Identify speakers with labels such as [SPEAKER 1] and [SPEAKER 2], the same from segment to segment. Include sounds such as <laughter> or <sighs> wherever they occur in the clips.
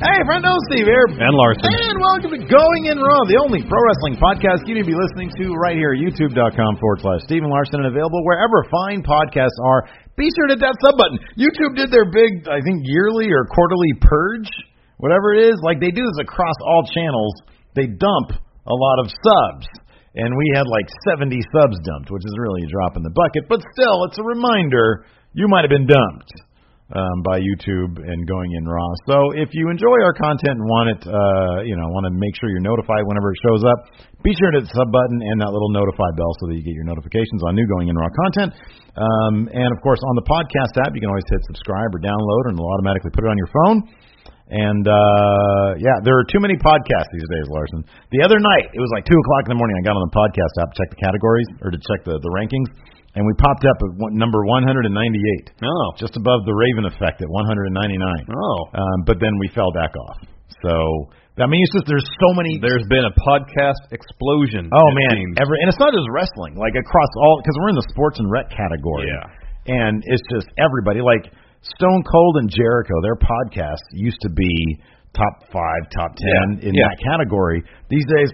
[SPEAKER 1] Hey, friendo, Steve here.
[SPEAKER 2] And Larson.
[SPEAKER 1] And welcome to Going In Raw, the only pro wrestling podcast you need to be listening to right here at youtube.com forward slash Steven Larson and available wherever fine podcasts are. Be sure to hit that sub button. YouTube did their big, I think, yearly or quarterly purge, whatever it is. Like, they do this across all channels. They dump a lot of subs. And we had like 70 subs dumped, which is really a drop in the bucket. But still, it's a reminder you might have been dumped um, by YouTube and going in raw. So if you enjoy our content and want it, uh, you know, want to make sure you're notified whenever it shows up, be sure to hit the sub button and that little notify bell so that you get your notifications on new going in raw content. Um, and of course, on the podcast app, you can always hit subscribe or download, and it'll automatically put it on your phone. And uh, yeah, there are too many podcasts these days, Larson. The other night, it was like two o'clock in the morning. I got on the podcast app to check the categories or to check the the rankings and we popped up at one, number 198.
[SPEAKER 2] Oh.
[SPEAKER 1] Just above the Raven effect at 199.
[SPEAKER 2] Oh.
[SPEAKER 1] Um, but then we fell back off. So, I mean, it's just there's so many.
[SPEAKER 2] There's been a podcast explosion.
[SPEAKER 1] oh,
[SPEAKER 2] it
[SPEAKER 1] man.
[SPEAKER 2] seems.
[SPEAKER 1] Every, and it's not just wrestling, like across all, because we're in the sports and rec category.
[SPEAKER 2] Yeah.
[SPEAKER 1] And it's just everybody. Like Stone Cold and Jericho, their podcast used to be top five, top ten
[SPEAKER 2] Yeah.
[SPEAKER 1] in
[SPEAKER 2] Yeah.
[SPEAKER 1] that category. These days,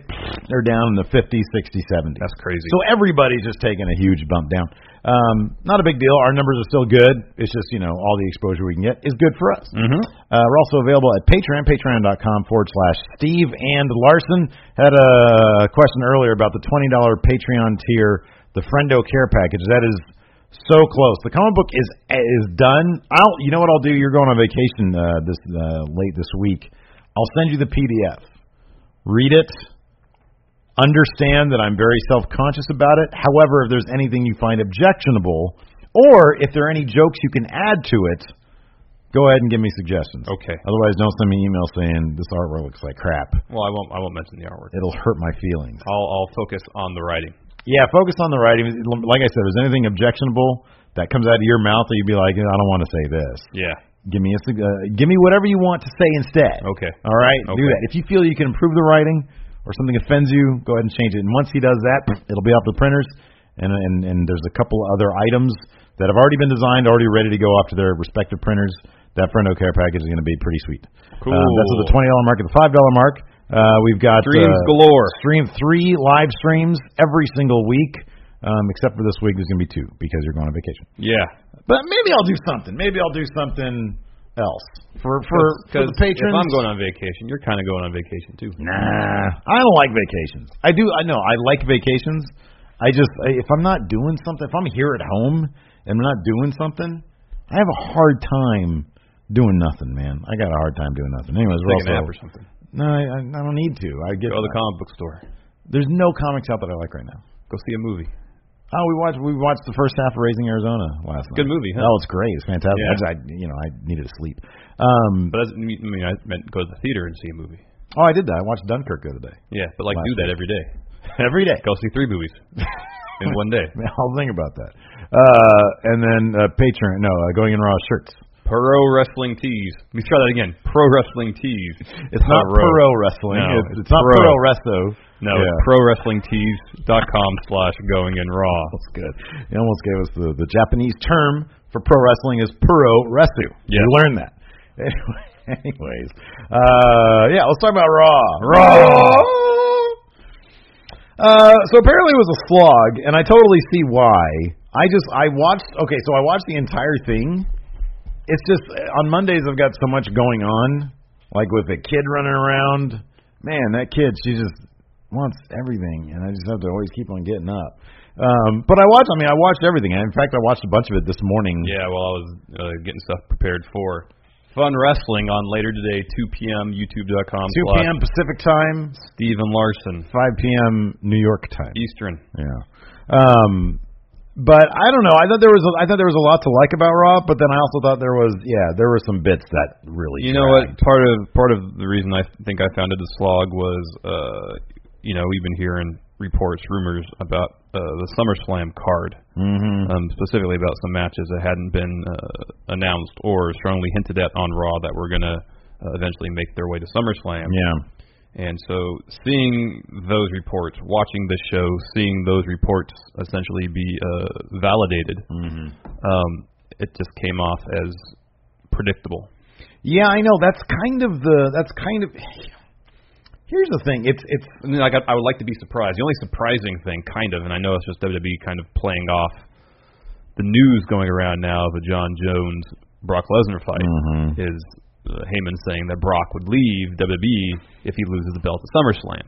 [SPEAKER 1] they're down in the 50s, 60s, 70s.
[SPEAKER 2] That's crazy.
[SPEAKER 1] So everybody's just taking a huge bump down. Um, not a big deal. Our numbers are still good. It's just, you know, all the exposure we can get is good for us. Mm-hmm. Uh, we're also available at Patreon, patreon.com forward slash Steve and Larson. Had a question earlier about the $20 Patreon tier, the Friendo Care Package. That is so close. The comic book is is done. I'll, you know what I'll do? You're going on vacation uh, this uh, late this week. I'll send you the PDF. Read it understand that I'm very self-conscious about it. However, if there's anything you find objectionable, or if there are any jokes you can add to it, go ahead and give me suggestions.
[SPEAKER 2] Okay.
[SPEAKER 1] Otherwise, don't send me emails saying this artwork looks like crap.
[SPEAKER 2] Well, I won't. I won't mention the artwork.
[SPEAKER 1] It'll hurt my feelings.
[SPEAKER 2] I'll, I'll focus on the writing.
[SPEAKER 1] Yeah, focus on the writing. Like I said, if there's anything objectionable that comes out of your mouth that you'd be like, I don't want to say this.
[SPEAKER 2] Yeah.
[SPEAKER 1] Give me a sug- uh, give me whatever you want to say instead.
[SPEAKER 2] Okay.
[SPEAKER 1] All right. Do
[SPEAKER 2] Okay.
[SPEAKER 1] that. If you feel you can improve the writing or something offends you, go ahead and change it. And once he does that, it'll be off the printers. And and and there's a couple other items that have already been designed, already ready to go off to their respective printers. That Friendo Care package is going to be pretty sweet.
[SPEAKER 2] Cool.
[SPEAKER 1] Um, that's at the twenty dollar mark. At the five dollar mark, uh, we've got
[SPEAKER 2] Streams
[SPEAKER 1] uh,
[SPEAKER 2] galore.
[SPEAKER 1] Stream three live streams every single week, um, except for this week. There's going to be two because you're going on vacation.
[SPEAKER 2] Yeah.
[SPEAKER 1] But maybe I'll do something. Maybe I'll do something else for for, for
[SPEAKER 2] Because
[SPEAKER 1] the patrons.
[SPEAKER 2] if I'm going on vacation, you're kind of going on vacation too.
[SPEAKER 1] nah, I don't like vacations. I do. I know. I like vacations. I just I- if I'm not doing something, if I'm here at home and I'm not doing something, I have a hard time doing nothing, man. I got a hard time doing nothing. Anyways, we're
[SPEAKER 2] Take
[SPEAKER 1] also
[SPEAKER 2] a nap or something.
[SPEAKER 1] No, I, I I don't need to. I get
[SPEAKER 2] Go to the
[SPEAKER 1] that.
[SPEAKER 2] comic book store.
[SPEAKER 1] There's no comics out that I like right now.
[SPEAKER 2] Go see a movie.
[SPEAKER 1] Oh, we watched we watched the first half of Raising Arizona last night.
[SPEAKER 2] Good movie, huh?
[SPEAKER 1] Oh, it's great. It's fantastic.
[SPEAKER 2] Yeah.
[SPEAKER 1] I, just, I you know I needed to sleep. Um,
[SPEAKER 2] But that's, I mean, I meant go to the theater and see a movie.
[SPEAKER 1] oh, I did that. I watched Dunkirk the other day. <laughs>
[SPEAKER 2] Yeah, but like
[SPEAKER 1] Last
[SPEAKER 2] do that
[SPEAKER 1] week.
[SPEAKER 2] every <laughs> day.
[SPEAKER 1] Every day.
[SPEAKER 2] Go see three <laughs> movies in one day.
[SPEAKER 1] I'll think about that. Uh, and then uh, Patreon. No, uh, going in raw shirts.
[SPEAKER 2] Pro wrestling tees. Let me try that again. Pro wrestling tees.
[SPEAKER 1] It's not pro wrestling.
[SPEAKER 2] No,
[SPEAKER 1] it's,
[SPEAKER 2] it's
[SPEAKER 1] it's not
[SPEAKER 2] pro.
[SPEAKER 1] pro wrestling.
[SPEAKER 2] No,
[SPEAKER 1] yeah.
[SPEAKER 2] it's pro wrestling com slash going in raw.
[SPEAKER 1] That's good. You almost gave us the, the Japanese term for pro wrestling is puro resu.
[SPEAKER 2] Yes.
[SPEAKER 1] You learned that. <laughs> Anyway, anyways, uh, yeah, let's talk about Raw. Uh, so apparently it was a slog, and I totally see why. I just I watched. Okay, so I watched the entire thing. It's just uh, on Mondays I've got so much going on, like with the kid running around. Man, that kid, she just wants everything, and I just have to always keep on getting up. Um, but I watched. I mean, I watched everything. And in fact, I watched a bunch of it this morning.
[SPEAKER 2] Yeah, well, I was uh, getting stuff prepared for Fun Wrestling on later today, 2 p.m.
[SPEAKER 1] 2
[SPEAKER 2] YouTube.com. slash
[SPEAKER 1] p.m. Pacific time,
[SPEAKER 2] Steven Larson,
[SPEAKER 1] 5 p.m. New York time.
[SPEAKER 2] Eastern.
[SPEAKER 1] Yeah. Um but I don't know. I thought there was a, I thought there was a lot to like about Raw, but then I also thought there was yeah, there were some bits that really
[SPEAKER 2] You know what?
[SPEAKER 1] dragged.
[SPEAKER 2] Part of part of the reason I think I found it a slog was, uh, you know, we've been hearing reports, rumors about uh, the SummerSlam card,
[SPEAKER 1] Mhm.
[SPEAKER 2] um, specifically about some matches that hadn't been uh, announced or strongly hinted at on Raw that were gonna uh, eventually make their way to SummerSlam.
[SPEAKER 1] Yeah.
[SPEAKER 2] And so seeing those reports, watching the show, seeing those reports essentially be uh, validated,
[SPEAKER 1] Mhm.
[SPEAKER 2] um, it just came off as predictable.
[SPEAKER 1] Yeah, I know. That's kind of the that's kind of <sighs> Here's the thing. It's it's
[SPEAKER 2] I mean, like I, I would like to be surprised. The only surprising thing, kind of, and I know it's just WWE kind of playing off the news going around now of a John Jones Brock Lesnar fight,
[SPEAKER 1] Mhm.
[SPEAKER 2] is uh, Heyman saying that Brock would leave WWE if he loses the belt at SummerSlam.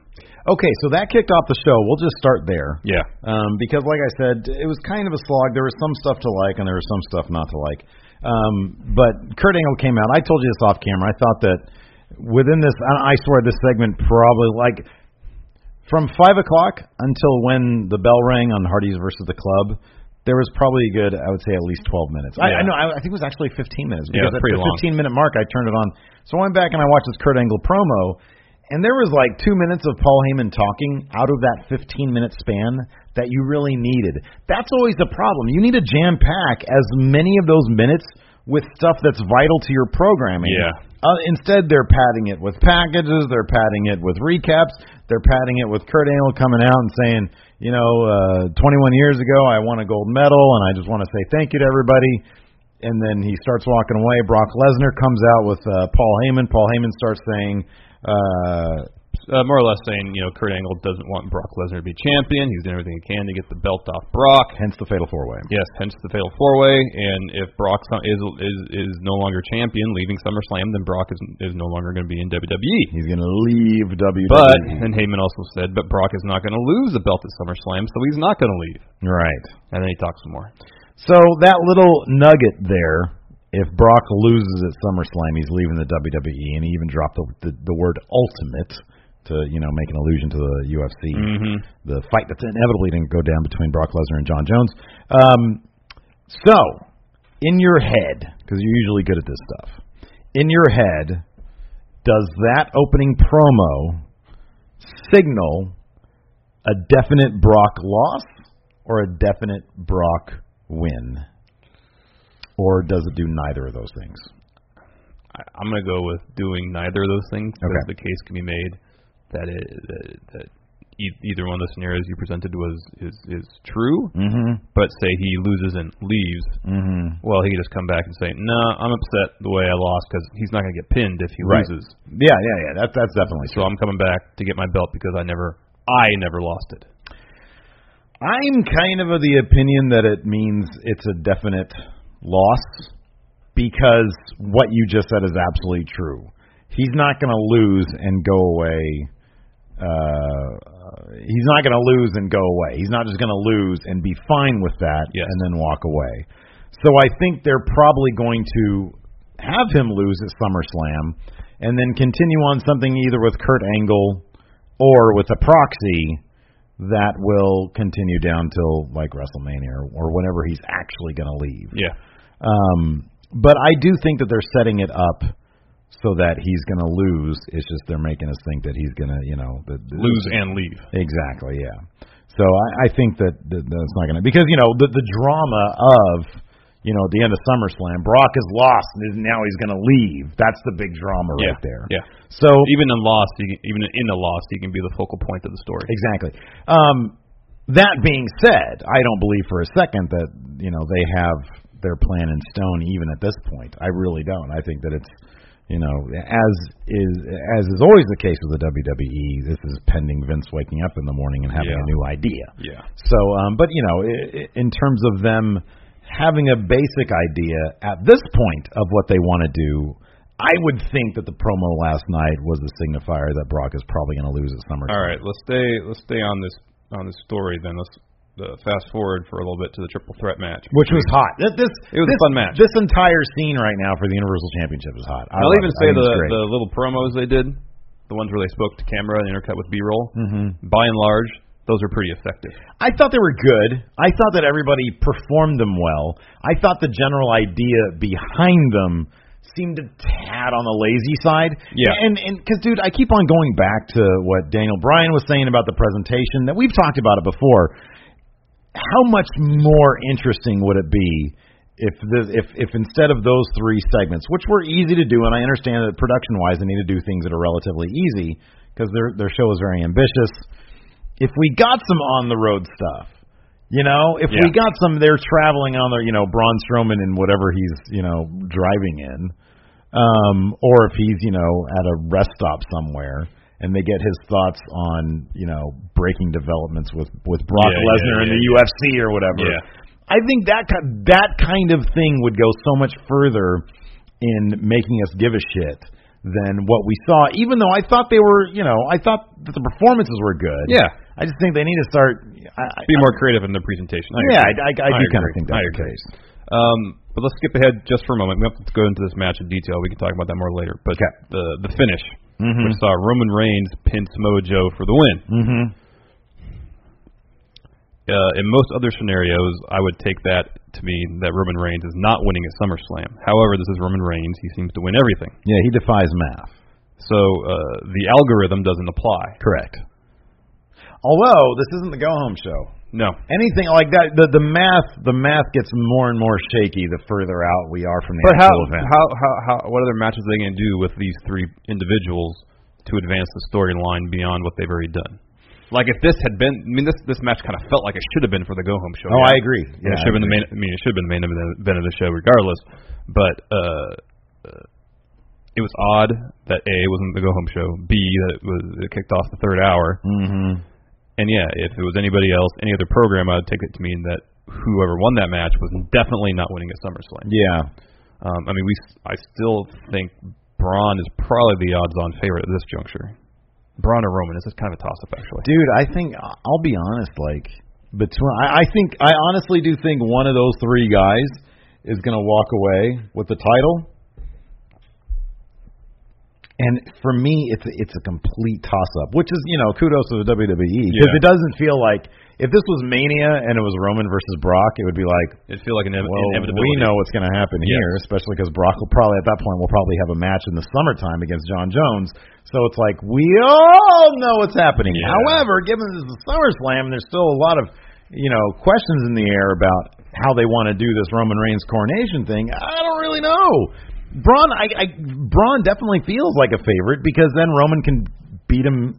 [SPEAKER 1] Okay, so that kicked off the show. We'll just start there.
[SPEAKER 2] Yeah,
[SPEAKER 1] Um, because, like I said, it was kind of a slog. There was some stuff to like, and there was some stuff not to like. Um, but Kurt Angle came out. I told you this off camera. I thought that within this, I I swear, this segment probably like from five o'clock until when the bell rang on Hardy's versus the Club. There was probably a good, I would say, at least 12 minutes. I, I
[SPEAKER 2] Yeah.
[SPEAKER 1] know, I, I think it was actually 15 minutes.
[SPEAKER 2] Yeah,
[SPEAKER 1] Because
[SPEAKER 2] it's
[SPEAKER 1] at
[SPEAKER 2] pretty
[SPEAKER 1] the
[SPEAKER 2] long.
[SPEAKER 1] 15 minute mark, I turned it on. So I went back and I watched this Kurt Angle promo, and there was like two minutes of Paul Heyman talking out of that 15 minute span that you really needed. That's always the problem. You need to jam pack as many of those minutes with stuff that's vital to your programming.
[SPEAKER 2] Yeah.
[SPEAKER 1] Uh, instead, they're padding it with packages. They're padding it with recaps. They're padding it with Kurt Angle coming out and saying, you know, uh, 21 years ago, I won a gold medal, and I just want to say thank you to everybody. And then he starts walking away. Brock Lesnar comes out with uh, Paul Heyman. Paul Heyman starts saying, uh,
[SPEAKER 2] uh, more or less saying you know Kurt Angle doesn't want Brock Lesnar to be champion. He's doing everything he can to get the belt off Brock.
[SPEAKER 1] hence the fatal four way.
[SPEAKER 2] Yes, hence the fatal four way. And if Brock so- is is is no longer champion, leaving SummerSlam, then Brock is is no longer going to be in E. WWE.
[SPEAKER 1] He's going to leave E. WWE.
[SPEAKER 2] But and Heyman also said, but Brock is not going to lose the belt at SummerSlam, so he's not going to leave.
[SPEAKER 1] right.
[SPEAKER 2] And then he talks some more.
[SPEAKER 1] So that little nugget there, if Brock loses at SummerSlam, he's leaving the WWE, and he even dropped the the, the word ultimate to you know make an allusion to the UFC, the fight that's inevitably going to go down between Brock Lesnar and John Jones. Um, so in your head, because you're usually good at this stuff, in your head, does that opening promo signal a definite Brock loss or a definite Brock win? Or does it do neither of those things?
[SPEAKER 2] I, I'm going to go with doing neither of those things because
[SPEAKER 1] Okay.
[SPEAKER 2] the case can be made that it, that, that e- either one of the scenarios you presented was is is true.
[SPEAKER 1] Mm-hmm.
[SPEAKER 2] But say he loses and leaves,
[SPEAKER 1] Mm-hmm.
[SPEAKER 2] well, he could just come back and say, "No, I'm upset the way I lost because he's not going to get pinned if he
[SPEAKER 1] Right.
[SPEAKER 2] loses.
[SPEAKER 1] Yeah, yeah, yeah. That's that's definitely
[SPEAKER 2] So
[SPEAKER 1] true.
[SPEAKER 2] I'm coming back to get my belt because I never, I never lost it."
[SPEAKER 1] I'm kind of of the opinion that it means it's a definite loss because what you just said is absolutely true. He's not going to lose and go away. Uh, he's not going to lose and go away. He's not just going to lose and be fine with that
[SPEAKER 2] Yes.
[SPEAKER 1] and then walk away. So I think they're probably going to have him lose at SummerSlam and then continue on something either with Kurt Angle or with a proxy that will continue down till like WrestleMania or, or whenever he's actually going to leave.
[SPEAKER 2] Yeah.
[SPEAKER 1] Um, but I do think that they're setting it up so that he's going to lose. It's just they're making us think that he's going to, you know, that,
[SPEAKER 2] Lose and leave.
[SPEAKER 1] Exactly, yeah. So I, I think that, that that's not going to because you know the the drama of you know at the end of SummerSlam, Brock is lost and is- now he's going to leave. That's the big drama
[SPEAKER 2] Yeah,
[SPEAKER 1] right there.
[SPEAKER 2] yeah.
[SPEAKER 1] So
[SPEAKER 2] Even in Lost, you, even in a Lost, you can be the focal point of the story.
[SPEAKER 1] Exactly. Um, that being said, I don't believe for a second that you know they have their plan in stone even at this point. I really don't. I think that it's you know as is as is always the case with the WWE. This is pending Vince waking up in the morning and having
[SPEAKER 2] Yeah.
[SPEAKER 1] a new idea.
[SPEAKER 2] Yeah.
[SPEAKER 1] So, um, but you know, i- i- in terms of them having a basic idea at this point of what they want to do. I would think that the promo last night was a signifier that Brock is probably going to lose at SummerSlam.
[SPEAKER 2] All right, let's stay let's stay on this on this story then. Let's uh, fast forward for a little bit to the triple threat match.
[SPEAKER 1] which was hot. Th- This
[SPEAKER 2] It was a
[SPEAKER 1] this,
[SPEAKER 2] fun match.
[SPEAKER 1] This entire scene right now for the Universal Championship is hot. I
[SPEAKER 2] I'll
[SPEAKER 1] love it. I
[SPEAKER 2] even say
[SPEAKER 1] think
[SPEAKER 2] the
[SPEAKER 1] it's great.
[SPEAKER 2] the little promos they did, the ones where they spoke to camera and intercut with B-roll. Mm-hmm. By and large, those are pretty effective.
[SPEAKER 1] I thought they were good. I thought that everybody performed them well. I thought the general idea behind them seemed a tad on the lazy side.
[SPEAKER 2] Yeah.
[SPEAKER 1] And and because dude, I keep on going back to what Daniel Bryan was saying about the presentation that we've talked about it before. How much more interesting would it be? If, the, if if instead of those three segments, which were easy to do, and I understand that production-wise they need to do things that are relatively easy because their their show is very ambitious, if we got some on the road stuff, you know, if we
[SPEAKER 2] Yeah.
[SPEAKER 1] got some, they're traveling on their, you know, Braun Strowman in whatever he's, you know, driving in, um, or if he's, you know, at a rest stop somewhere, and they get his thoughts on, you know, breaking developments with with Brock
[SPEAKER 2] Yeah,
[SPEAKER 1] Lesnar in
[SPEAKER 2] yeah, yeah,
[SPEAKER 1] the
[SPEAKER 2] yeah.
[SPEAKER 1] UFC or whatever.
[SPEAKER 2] Yeah.
[SPEAKER 1] I think that ki- that kind of thing would go so much further in making us give a shit than what we saw. Even though I thought they were, you know, I thought that the performances were good.
[SPEAKER 2] Yeah.
[SPEAKER 1] I just think they need to start. I, I,
[SPEAKER 2] Be more creative in their presentation. I
[SPEAKER 1] yeah, I,
[SPEAKER 2] agree.
[SPEAKER 1] I, I do kind of
[SPEAKER 2] agree.
[SPEAKER 1] think that's
[SPEAKER 2] I
[SPEAKER 1] the
[SPEAKER 2] agree.
[SPEAKER 1] case.
[SPEAKER 2] Um, but let's skip ahead just for a moment. We don't have to go into this match in detail. We can talk about that more later. But
[SPEAKER 1] Okay.
[SPEAKER 2] the the finish, which saw Roman Reigns pin Samoa Joe for the win. Mm-hmm. Uh, in most other scenarios, I would take that to mean that Roman Reigns is not winning at SummerSlam. However, this is Roman Reigns. He seems to win everything.
[SPEAKER 1] Yeah, he defies math.
[SPEAKER 2] So uh, the algorithm doesn't apply.
[SPEAKER 1] Correct. Although this isn't the go home show.
[SPEAKER 2] No.
[SPEAKER 1] Anything like that, the the math the math gets more and more shaky the further out we are from the
[SPEAKER 2] But how,
[SPEAKER 1] actual event.
[SPEAKER 2] how how how what other matches are they going to do with these three individuals to advance the storyline beyond what they've already done? Like if this had been, I mean, this this match kind of felt like it should have been for the go home show.
[SPEAKER 1] Oh, I agree.
[SPEAKER 2] And
[SPEAKER 1] Yeah,
[SPEAKER 2] it should have
[SPEAKER 1] I
[SPEAKER 2] been the main. I mean, it should have been the main event of the show, regardless. But uh, uh, it was odd that a it wasn't the go home show. B that it was it kicked off the third hour.
[SPEAKER 1] mm-hmm.
[SPEAKER 2] And yeah, if it was anybody else, any other program, I would take it to mean that whoever won that match was definitely not winning at SummerSlam.
[SPEAKER 1] Yeah.
[SPEAKER 2] Um, I mean, we I still think Braun is probably the odds-on favorite at this juncture. Braun or Roman? This is kind of a toss-up, actually.
[SPEAKER 1] Dude, I think I'll be honest. Like between, I, I think I honestly do think one of those three guys is going to walk away with the title. And for me, it's it's a complete toss-up, which is you know kudos to the WWE because
[SPEAKER 2] Yeah.
[SPEAKER 1] it doesn't feel like if this was Mania and it was Roman versus Brock, it would be like.
[SPEAKER 2] It'd feel like an inev-
[SPEAKER 1] Well,
[SPEAKER 2] inevitability.
[SPEAKER 1] we know what's going to happen
[SPEAKER 2] Yes.
[SPEAKER 1] here, especially because Brock will probably at that point will probably have a match in the summertime against John Jones. So it's like we all know what's happening.
[SPEAKER 2] Yeah.
[SPEAKER 1] However, given this is SummerSlam, there's still a lot of you know questions in the air about how they want to do this Roman Reigns coronation thing. I don't really know. Braun, I, I Braun definitely feels like a favorite because then Roman can beat him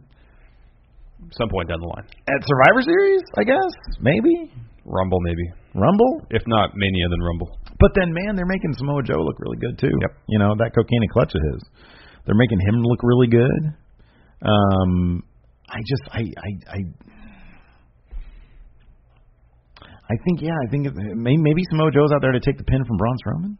[SPEAKER 2] some point down the line.
[SPEAKER 1] at Survivor Series, I guess, maybe
[SPEAKER 2] Rumble, maybe.
[SPEAKER 1] Rumble.
[SPEAKER 2] If not Mania, then Rumble.
[SPEAKER 1] But then, man, they're making Samoa Joe look really good too.
[SPEAKER 2] Yep.
[SPEAKER 1] You know that cocaine and clutch of his. They're making him look really good. Um, I just, I, I, I, I think, yeah, I think it, may- maybe Samoa Joe's out there to take the pin from Braun Strowman.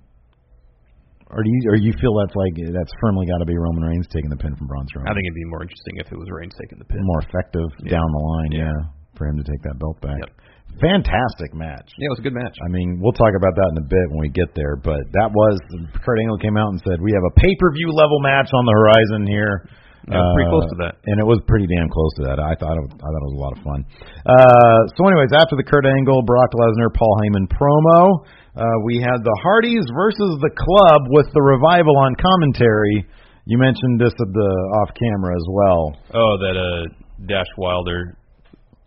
[SPEAKER 1] Or do you, or you feel that's like that's firmly got to be Roman Reigns taking the pin from Braun Strowman?
[SPEAKER 2] I think it'd be more interesting if it was Reigns taking the pin.
[SPEAKER 1] more effective down the line, yeah. for him to take that belt back.
[SPEAKER 2] Yep.
[SPEAKER 1] Fantastic match.
[SPEAKER 2] Yeah, it was a good match.
[SPEAKER 1] I mean, we'll talk about that in a bit when we get there, but that was Kurt Angle came out and said, "We have a pay-per-view level match on the horizon here." Uh,
[SPEAKER 2] Yeah, it was pretty close to that.
[SPEAKER 1] and it was pretty damn close to that. I thought it was, I thought it was a lot of fun. Uh, so, anyways, after the Kurt Angle, Brock Lesnar, Paul Heyman promo, uh, we had the Hardys versus the Club with the revival on commentary. You mentioned this at the off camera as well.
[SPEAKER 2] Oh, that uh, Dash Wilder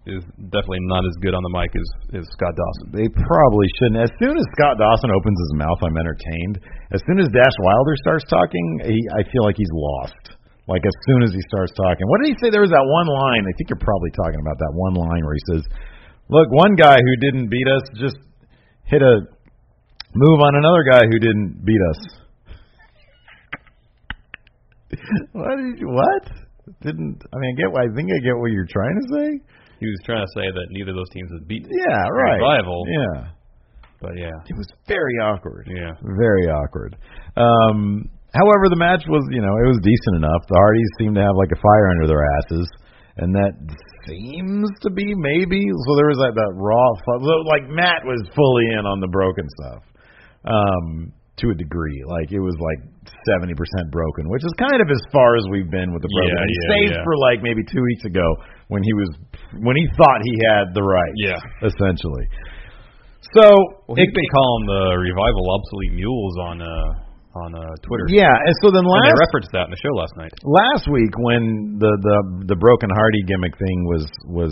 [SPEAKER 2] is definitely not as good on the mic as, as Scott Dawson.
[SPEAKER 1] They probably shouldn't. As soon as Scott Dawson opens his mouth, I'm entertained. As soon as Dash Wilder starts talking, he, I feel like he's lost. Like as soon as he starts talking, what did he say? There was that one line. I think you're probably talking about that one line where he says, "Look, one guy who didn't beat us just hit a move on another guy who didn't beat us." <laughs> what? Did you, what? Didn't I mean? I get. I think I get what you're trying to say.
[SPEAKER 2] He was trying to say that neither of those teams had beaten.
[SPEAKER 1] Yeah. Right.
[SPEAKER 2] Revival.
[SPEAKER 1] Yeah.
[SPEAKER 2] But yeah,
[SPEAKER 1] It was very awkward.
[SPEAKER 2] yeah.
[SPEAKER 1] Very awkward. Um, however, the match was, you know, it was decent enough. The Hardys seemed to have like a fire under their asses, and that seems to be maybe. So there was like that raw, fu- so, like Matt was fully in on the broken stuff um, to a degree. Like it was like seventy percent broken, which is kind of as far as we've been with the broken.
[SPEAKER 2] Yeah,
[SPEAKER 1] he
[SPEAKER 2] yeah,
[SPEAKER 1] saved
[SPEAKER 2] yeah.
[SPEAKER 1] for like maybe two weeks ago when he was when he thought he had the right,
[SPEAKER 2] Yeah.
[SPEAKER 1] essentially. So
[SPEAKER 2] Well, he's
[SPEAKER 1] it-
[SPEAKER 2] been calling the revival obsolete mules on uh on uh Twitter.
[SPEAKER 1] Yeah, and so then
[SPEAKER 2] and
[SPEAKER 1] last
[SPEAKER 2] they referenced that in the show last night.
[SPEAKER 1] last week when the the the broken Hardy gimmick thing was was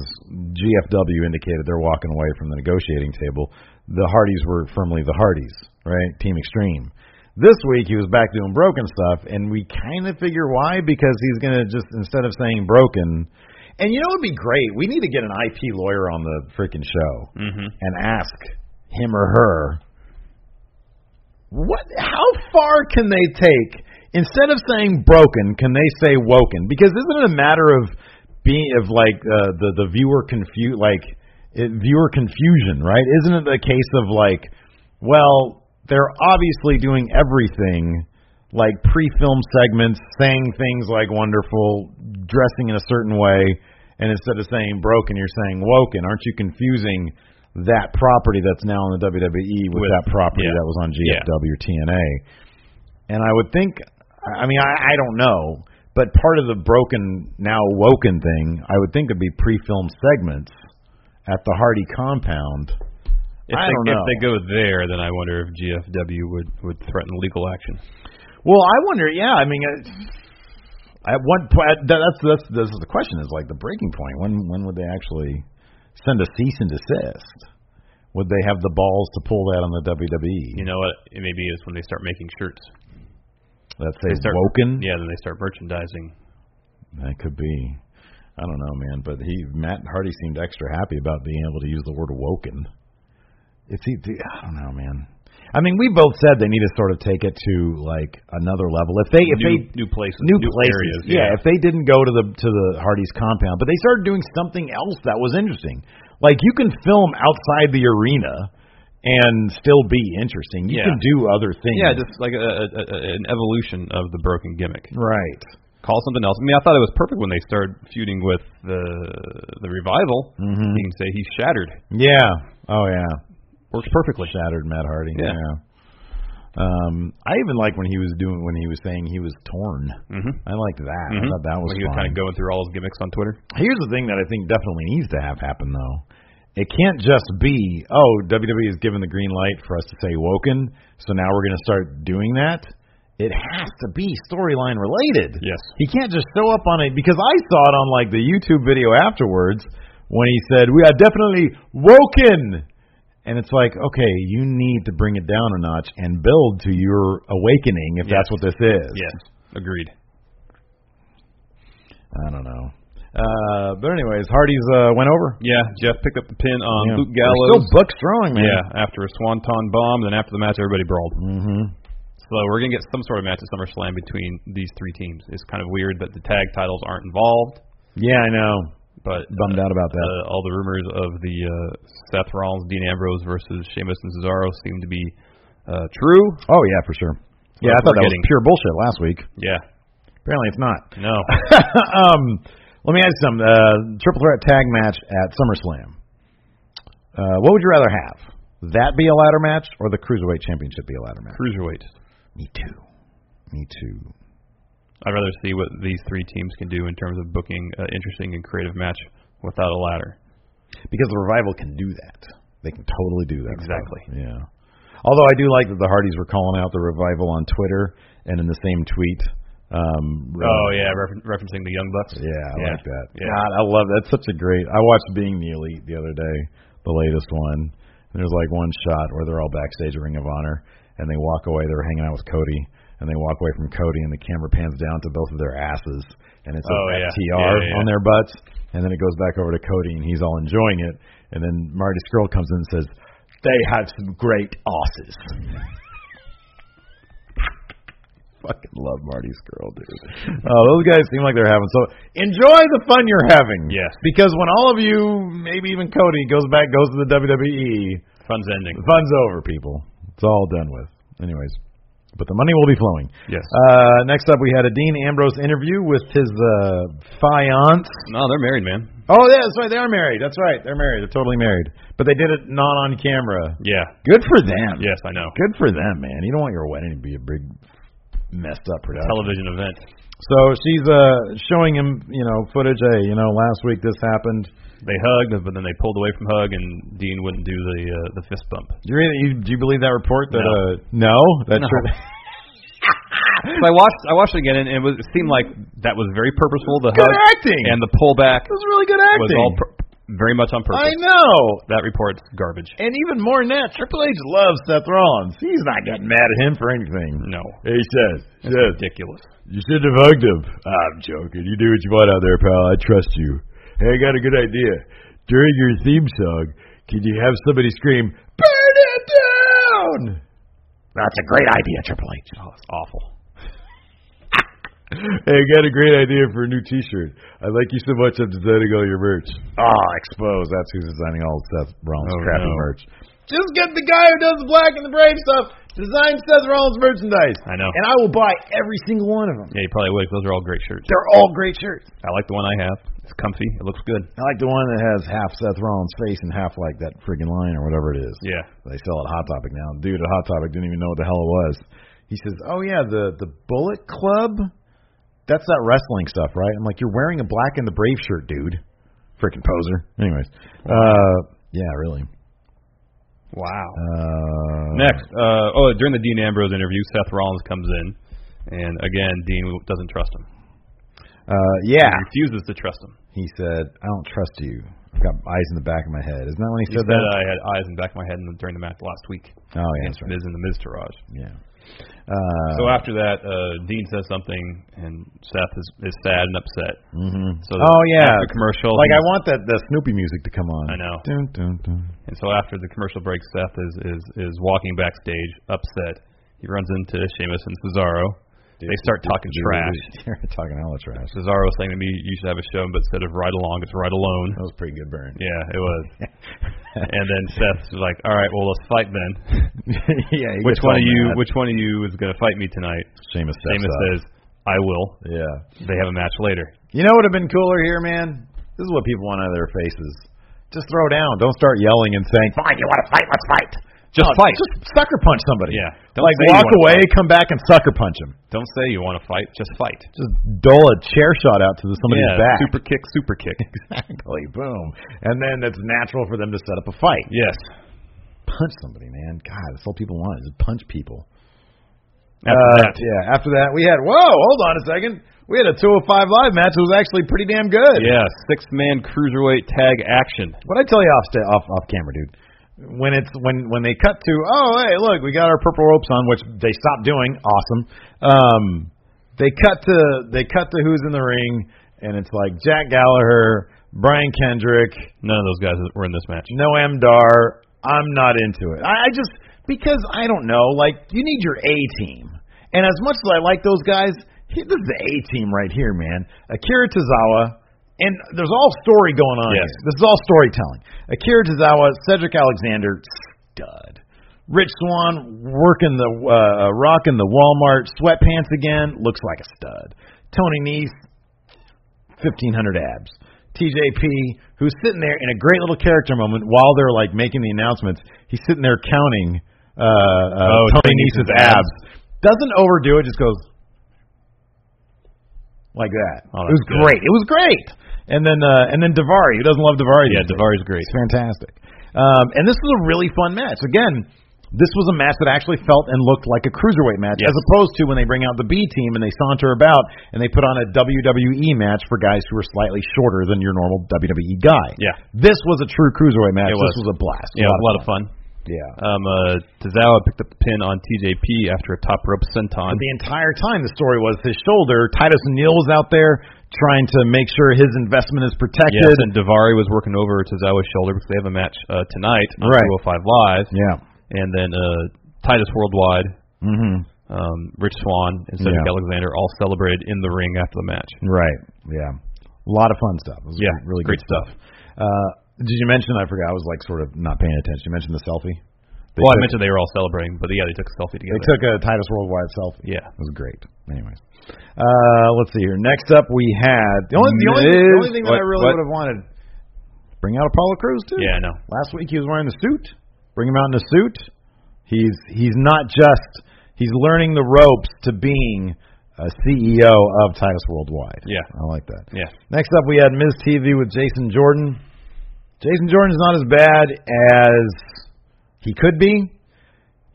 [SPEAKER 1] GFW indicated they're walking away from the negotiating table. The Hardys were firmly the Hardys, right? Team Extreme. This week he was back doing broken stuff, and we kind of figure why because he's gonna just instead of saying broken. And you know it'd be great. We need to get an IP lawyer on the freaking show
[SPEAKER 2] Mm-hmm.
[SPEAKER 1] and ask him or her what how far can they take instead of saying broken can they say woken because isn't it a matter of being of like uh, the the viewer confu like it, viewer confusion right isn't it the case of like well they're obviously doing everything like pre-film segments saying things like wonderful dressing in a certain way and instead of saying broken you're saying woken aren't you confusing that property that's now in the WWE with,
[SPEAKER 2] With-
[SPEAKER 1] that property
[SPEAKER 2] yeah.
[SPEAKER 1] that was on GFW or TNA and I would think I mean I, I don't know but part of the broken now woken thing I would think would be pre-film segments at the Hardy compound
[SPEAKER 2] If
[SPEAKER 1] I
[SPEAKER 2] they,
[SPEAKER 1] don't know.
[SPEAKER 2] If they go there, then I wonder if GFW would would threaten legal action.
[SPEAKER 1] Well, I wonder. Yeah, I mean, uh, at one point, that, that's that's this is the question is like the breaking point. When when would they actually send a cease and desist? Would they have the balls to pull that on the E WWE?
[SPEAKER 2] You know what? It maybe is when they start making shirts.
[SPEAKER 1] Let's say
[SPEAKER 2] They start
[SPEAKER 1] Woken.
[SPEAKER 2] Yeah, then they start merchandising.
[SPEAKER 1] that could be. I don't know, man. But he Matt Hardy seemed extra happy about being able to use the word Woken. It's he. I don't know, man. I mean, we both said they need to sort of take it to like another level. If they if
[SPEAKER 2] new,
[SPEAKER 1] they
[SPEAKER 2] new places,
[SPEAKER 1] new, places.
[SPEAKER 2] areas.
[SPEAKER 1] yeah. if they didn't go to the to the Hardy's compound, but they started doing something else that was interesting. Like you can film outside the arena and still be interesting. You
[SPEAKER 2] Yeah.
[SPEAKER 1] can do other things.
[SPEAKER 2] yeah, just like a, a, a, an evolution of the broken gimmick.
[SPEAKER 1] right.
[SPEAKER 2] Call something else. I mean, I thought it was perfect when they started feuding with the the revival.
[SPEAKER 1] Mhm.
[SPEAKER 2] You can say he's shattered.
[SPEAKER 1] Yeah. Oh yeah.
[SPEAKER 2] Works perfectly.
[SPEAKER 1] Shattered Matt Hardy.
[SPEAKER 2] Yeah.
[SPEAKER 1] Um, I even like when he was doing when he was saying he was torn.
[SPEAKER 2] Mm-hmm.
[SPEAKER 1] I liked that. I thought that was
[SPEAKER 2] like Mm-hmm. he was
[SPEAKER 1] fun.
[SPEAKER 2] kind of going through all his gimmicks on Twitter.
[SPEAKER 1] Here's the thing that I think definitely needs to have happen though. It can't just be, oh, WWE has given the green light for us to say woken, so now we're going to start doing that. It has to be storyline related.
[SPEAKER 2] Yes.
[SPEAKER 1] He can't just show up on it because I saw it on like the YouTube video afterwards when he said, "We are definitely woken." And it's like, okay, you need to bring it down a notch and build to your awakening if that's what this is.
[SPEAKER 2] Yes. Agreed.
[SPEAKER 1] I don't know. Uh, but anyways, Hardy's uh, went over.
[SPEAKER 2] Yeah, Jeff picked up the pin on
[SPEAKER 1] Yeah.
[SPEAKER 2] Luke
[SPEAKER 1] We're
[SPEAKER 2] Gallows.
[SPEAKER 1] Still book strong, man.
[SPEAKER 2] Yeah, after a swanton bomb, then after the match, everybody brawled.
[SPEAKER 1] Mm-hmm.
[SPEAKER 2] So we're gonna get some sort of match at SummerSlam between these three teams. It's kind of weird that the tag titles aren't involved,
[SPEAKER 1] Yeah, I know.
[SPEAKER 2] but
[SPEAKER 1] Bummed out about that.
[SPEAKER 2] uh, all the rumors of the uh, Seth Rollins, Dean Ambrose versus Sheamus and Cesaro seem to be uh, true.
[SPEAKER 1] oh yeah, for sure. Yeah, I
[SPEAKER 2] that's
[SPEAKER 1] thought that
[SPEAKER 2] forgetting.
[SPEAKER 1] was pure bullshit last week.
[SPEAKER 2] Yeah,
[SPEAKER 1] Apparently, it's not. <laughs>
[SPEAKER 2] no,
[SPEAKER 1] um, let me add some uh, triple threat tag match at SummerSlam. Uh, what would you rather have? That be a ladder match or the Cruiserweight Championship be a ladder match?
[SPEAKER 2] Cruiserweight.
[SPEAKER 1] Me too. Me too.
[SPEAKER 2] I'd rather see what these three teams can do in terms of booking an interesting and creative match without a ladder.
[SPEAKER 1] Because the Revival can do that. They can totally do that. stuff.
[SPEAKER 2] Exactly.
[SPEAKER 1] Yeah. Although I do like that the Hardys were calling out the Revival on Twitter and in the same tweet. Um,
[SPEAKER 2] Oh yeah, refer- referencing the Young Bucks.
[SPEAKER 1] Yeah, I
[SPEAKER 2] Yeah.
[SPEAKER 1] like that.
[SPEAKER 2] Yeah.
[SPEAKER 1] God, I love that's such a great. I watched Being the Elite the other day, the latest one. And there's like one shot where they're all backstage at Ring of Honor, and they walk away. They're hanging out with Cody, and they walk away from Cody, and the camera pans down to both of their asses, and it's
[SPEAKER 2] Oh,
[SPEAKER 1] a
[SPEAKER 2] yeah.
[SPEAKER 1] FTR
[SPEAKER 2] Yeah, yeah.
[SPEAKER 1] on their butts, and then it goes back over to Cody, and he's all enjoying it, and then Marty Skrull comes in and says, "They have some great asses." Fucking love Marty Skrull, dude. Uh, those guys seem like they're having so. Enjoy the fun you're having.
[SPEAKER 2] Yes.
[SPEAKER 1] Because when all of you, maybe even Cody, goes back, goes to the WWE,
[SPEAKER 2] Fun's ending.
[SPEAKER 1] the fun's over, people. It's all done with. Anyways, but the money will be flowing.
[SPEAKER 2] Yes.
[SPEAKER 1] Uh, next up, we had a Dean Ambrose interview with his uh, fiance.
[SPEAKER 2] No, they're married, man.
[SPEAKER 1] Oh, yeah, that's right. They are married. That's right. They're married. They're totally married. But they did it not on camera.
[SPEAKER 2] Yeah.
[SPEAKER 1] Good for them.
[SPEAKER 2] Yes, I know.
[SPEAKER 1] Good for them, man. You don't want your wedding to be a big messed up production.
[SPEAKER 2] Television event.
[SPEAKER 1] So she's uh showing him, you know, footage. Hey, you know, last week this happened.
[SPEAKER 2] They hugged, but then they pulled away from hug, and Dean wouldn't do the uh, the fist bump.
[SPEAKER 1] You really, you, do you believe that report? That
[SPEAKER 2] No.
[SPEAKER 1] uh, no, that's
[SPEAKER 2] No. <laughs>
[SPEAKER 1] true.
[SPEAKER 2] So I watched I watched it again, and it, was, it seemed like that was very purposeful. The
[SPEAKER 1] Good
[SPEAKER 2] hug
[SPEAKER 1] acting.
[SPEAKER 2] and the pullback
[SPEAKER 1] That was really good
[SPEAKER 2] was
[SPEAKER 1] acting.
[SPEAKER 2] all pur- very much on
[SPEAKER 1] I
[SPEAKER 2] purpose.
[SPEAKER 1] know,
[SPEAKER 2] That report's garbage.
[SPEAKER 1] and even more than that, Triple H loves Seth Rollins. He's not getting mad at him for anything.
[SPEAKER 2] No,
[SPEAKER 1] He says,
[SPEAKER 2] it's ridiculous.
[SPEAKER 1] You should have hugged him. I'm joking. You do what you want out there, pal. I trust you. Hey, I got a good idea. During your theme song, can you have somebody scream, Burn it down? That's a great idea, Triple H.
[SPEAKER 2] Oh, it's awful.
[SPEAKER 1] Hey, I got a great idea for a new t-shirt. I like you so much, I'm designing all your merch. Ah, expose. That's who's designing all Seth Rollins'
[SPEAKER 2] Oh,
[SPEAKER 1] crappy
[SPEAKER 2] no.
[SPEAKER 1] merch. Just get the guy who does the black and the brave stuff. Design Seth Rollins merchandise.
[SPEAKER 2] I know.
[SPEAKER 1] And I will buy every single one of them.
[SPEAKER 2] Yeah, you probably would. 'cause Those are all great shirts.
[SPEAKER 1] They're all great shirts.
[SPEAKER 2] I like the one I have. It's comfy. It looks good.
[SPEAKER 1] I like the one that has half Seth Rollins' face and half like that friggin' line or whatever it is.
[SPEAKER 2] Yeah.
[SPEAKER 1] They sell it at Hot Topic now. Dude at Hot Topic didn't even know what the hell it was. He says, "Oh yeah, the the Bullet Club. That's that wrestling stuff, right?" I'm like, "You're wearing a black and the brave shirt, dude. Freaking poser." Anyways, uh, yeah, really.
[SPEAKER 2] Wow.
[SPEAKER 1] Uh,
[SPEAKER 2] Next, uh, oh, during the Dean Ambrose interview, Seth Rollins comes in, and again, Dean doesn't trust him.
[SPEAKER 1] uh, yeah,
[SPEAKER 2] He refuses to trust him.
[SPEAKER 1] he said, "I don't trust you. I've got eyes in the back of my head." Isn't that when he,
[SPEAKER 2] He said uh,
[SPEAKER 1] said that?
[SPEAKER 2] I had eyes in the back of my head in- during the match last week.
[SPEAKER 1] oh yeah, that's
[SPEAKER 2] against
[SPEAKER 1] right.
[SPEAKER 2] Miz and the Miz Taraj.
[SPEAKER 1] Yeah. Uh,
[SPEAKER 2] So after that, uh, Dean says something, and Seth is, is sad and upset.
[SPEAKER 1] mhm.
[SPEAKER 2] So
[SPEAKER 1] oh yeah,
[SPEAKER 2] after the commercial,
[SPEAKER 1] Like I
[SPEAKER 2] he's-
[SPEAKER 1] want that that Snoopy music to come on.
[SPEAKER 2] I know.
[SPEAKER 1] Dun, dun, dun.
[SPEAKER 2] And so after the commercial break, Seth is is is walking backstage, upset. He runs into Sheamus and Cesaro. They start talking trash.
[SPEAKER 1] <laughs> They're talking hella trash. That
[SPEAKER 2] Cesaro saying to me, "You should have a show, but instead of right along, it's right alone."
[SPEAKER 1] was a pretty good burn.
[SPEAKER 2] Yeah,
[SPEAKER 1] <laughs>
[SPEAKER 2] it was. and then Seth's like, "All right, well, let's
[SPEAKER 1] <laughs>
[SPEAKER 2] fight then. <laughs>
[SPEAKER 1] yeah. he gets
[SPEAKER 2] which one
[SPEAKER 1] all
[SPEAKER 2] of you?
[SPEAKER 1] mad.
[SPEAKER 2] Which one of you is going to fight me tonight?"
[SPEAKER 1] Sheamus steps
[SPEAKER 2] Sheamus
[SPEAKER 1] up.
[SPEAKER 2] says, "I will."
[SPEAKER 1] Yeah.
[SPEAKER 2] They have a match later.
[SPEAKER 1] You know what would have been cooler here, man? This is what people want out of their faces. Just throw down. Don't start yelling and saying, "Fine, you want to fight? Let's fight."
[SPEAKER 2] Oh, Just
[SPEAKER 1] No,
[SPEAKER 2] fight.
[SPEAKER 1] Just sucker punch somebody.
[SPEAKER 2] Yeah. Don't
[SPEAKER 1] Like
[SPEAKER 2] say you
[SPEAKER 1] walk
[SPEAKER 2] wanna
[SPEAKER 1] away, come back and sucker punch him.
[SPEAKER 2] Don't say you want to fight. Just fight.
[SPEAKER 1] Just dole a chair shot out to the- somebody's
[SPEAKER 2] yeah,
[SPEAKER 1] back.
[SPEAKER 2] super kick, super kick.
[SPEAKER 1] <laughs> Exactly. Boom. And then it's natural for them to set up a fight.
[SPEAKER 2] yes.
[SPEAKER 1] Punch somebody, man. God, that's all people want is to punch people.
[SPEAKER 2] After
[SPEAKER 1] Uh,
[SPEAKER 2] that,
[SPEAKER 1] Yeah, after that, we had, whoa, hold on a second. We had a 205 Live match that was actually pretty damn good.
[SPEAKER 2] yeah, six man cruiserweight tag action.
[SPEAKER 1] What I tell you off, sta- off off camera, dude. When it's when when they cut to oh hey look we got our purple ropes on which they stopped doing awesome. Um, they cut to they cut to who's in the ring and it's like Jack Gallagher, Brian Kendrick,
[SPEAKER 2] None of those guys were in this match.
[SPEAKER 1] Noam Dar. I'm not into it. I, I just because I don't know. Like you need your A team, and as much as I like those guys, he- this is the A team right here, man. Akira Tozawa, and there's all story going on.
[SPEAKER 2] Yes.
[SPEAKER 1] here. this is all storytelling. Akira Tozawa, Cedric Alexander, stud. Rich Swan working the uh, rocking the Walmart sweatpants again, looks like a stud. Tony Nese, fifteen hundred abs. TJP, who's sitting there in a great little character moment while they're like making the announcements. He's sitting there counting uh, uh,
[SPEAKER 2] Oh,
[SPEAKER 1] Tony Nese's abs. Doesn't overdo it. Just goes like that.
[SPEAKER 2] Oh,
[SPEAKER 1] it was
[SPEAKER 2] that's good.
[SPEAKER 1] great. It was great. And then uh, and then Davari. Who doesn't love Davari?
[SPEAKER 2] Yeah,
[SPEAKER 1] these days?
[SPEAKER 2] Davari's great.
[SPEAKER 1] It's fantastic. Um, and this was a really fun match. Again, this was a match that actually felt and looked like a cruiserweight match,
[SPEAKER 2] Yes.
[SPEAKER 1] as opposed to when they bring out the B team and they saunter about and they put on a WWE match for guys who are slightly shorter than your normal WWE guy.
[SPEAKER 2] Yeah.
[SPEAKER 1] This was a true cruiserweight match.
[SPEAKER 2] It
[SPEAKER 1] This
[SPEAKER 2] was.
[SPEAKER 1] was a blast.
[SPEAKER 2] Yeah, it was a lot of fun.
[SPEAKER 1] Yeah.
[SPEAKER 2] Um, uh, Tozawa picked up the pin on TJP after a top rope senton.
[SPEAKER 1] But the entire time, the story was his shoulder. Titus Neal was out there trying to make sure his investment is protected.
[SPEAKER 2] Yes, and Davari was working over Tozawa's shoulder because they have a match uh, tonight on
[SPEAKER 1] Right.
[SPEAKER 2] 205 Live.
[SPEAKER 1] yeah.
[SPEAKER 2] And then uh, Titus Worldwide,
[SPEAKER 1] Mm-hmm.
[SPEAKER 2] um, Rich Swan, and Cedric
[SPEAKER 1] Yeah.
[SPEAKER 2] Alexander all celebrated in the ring after the match.
[SPEAKER 1] Right. Yeah. A lot of fun stuff. It was
[SPEAKER 2] Yeah,
[SPEAKER 1] Really
[SPEAKER 2] great
[SPEAKER 1] good stuff. Uh, did you mention? I forgot. I was like sort of not paying attention. You mentioned the selfie. They
[SPEAKER 2] well, I
[SPEAKER 1] took-
[SPEAKER 2] mentioned they were all celebrating, but yeah, they took a selfie
[SPEAKER 1] They
[SPEAKER 2] together.
[SPEAKER 1] took a Titus Worldwide selfie.
[SPEAKER 2] yeah.
[SPEAKER 1] It was great. Anyways, uh, let's see here. Next up, we had the only the only, the
[SPEAKER 2] Miz-
[SPEAKER 1] only thing that I
[SPEAKER 2] what-
[SPEAKER 1] really
[SPEAKER 2] what?
[SPEAKER 1] would have wanted. Bring out Apollo Crews too.
[SPEAKER 2] Yeah, I know.
[SPEAKER 1] Last week he was wearing the suit. Bring him out in a suit. He's he's not just he's learning the ropes to being a CEO of Titus Worldwide.
[SPEAKER 2] Yeah.
[SPEAKER 1] I like that.
[SPEAKER 2] Yeah.
[SPEAKER 1] Next up, we had Ms. TV with Jason Jordan. Jason Jordan's not as bad as he could be.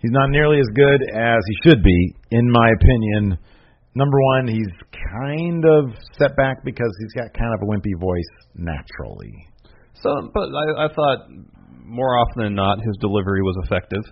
[SPEAKER 1] He's not nearly as good as he should be, in my opinion. Number one, he's kind of set back because he's got kind of a wimpy voice naturally.
[SPEAKER 2] So, but I, I thought more often than not his delivery was effective.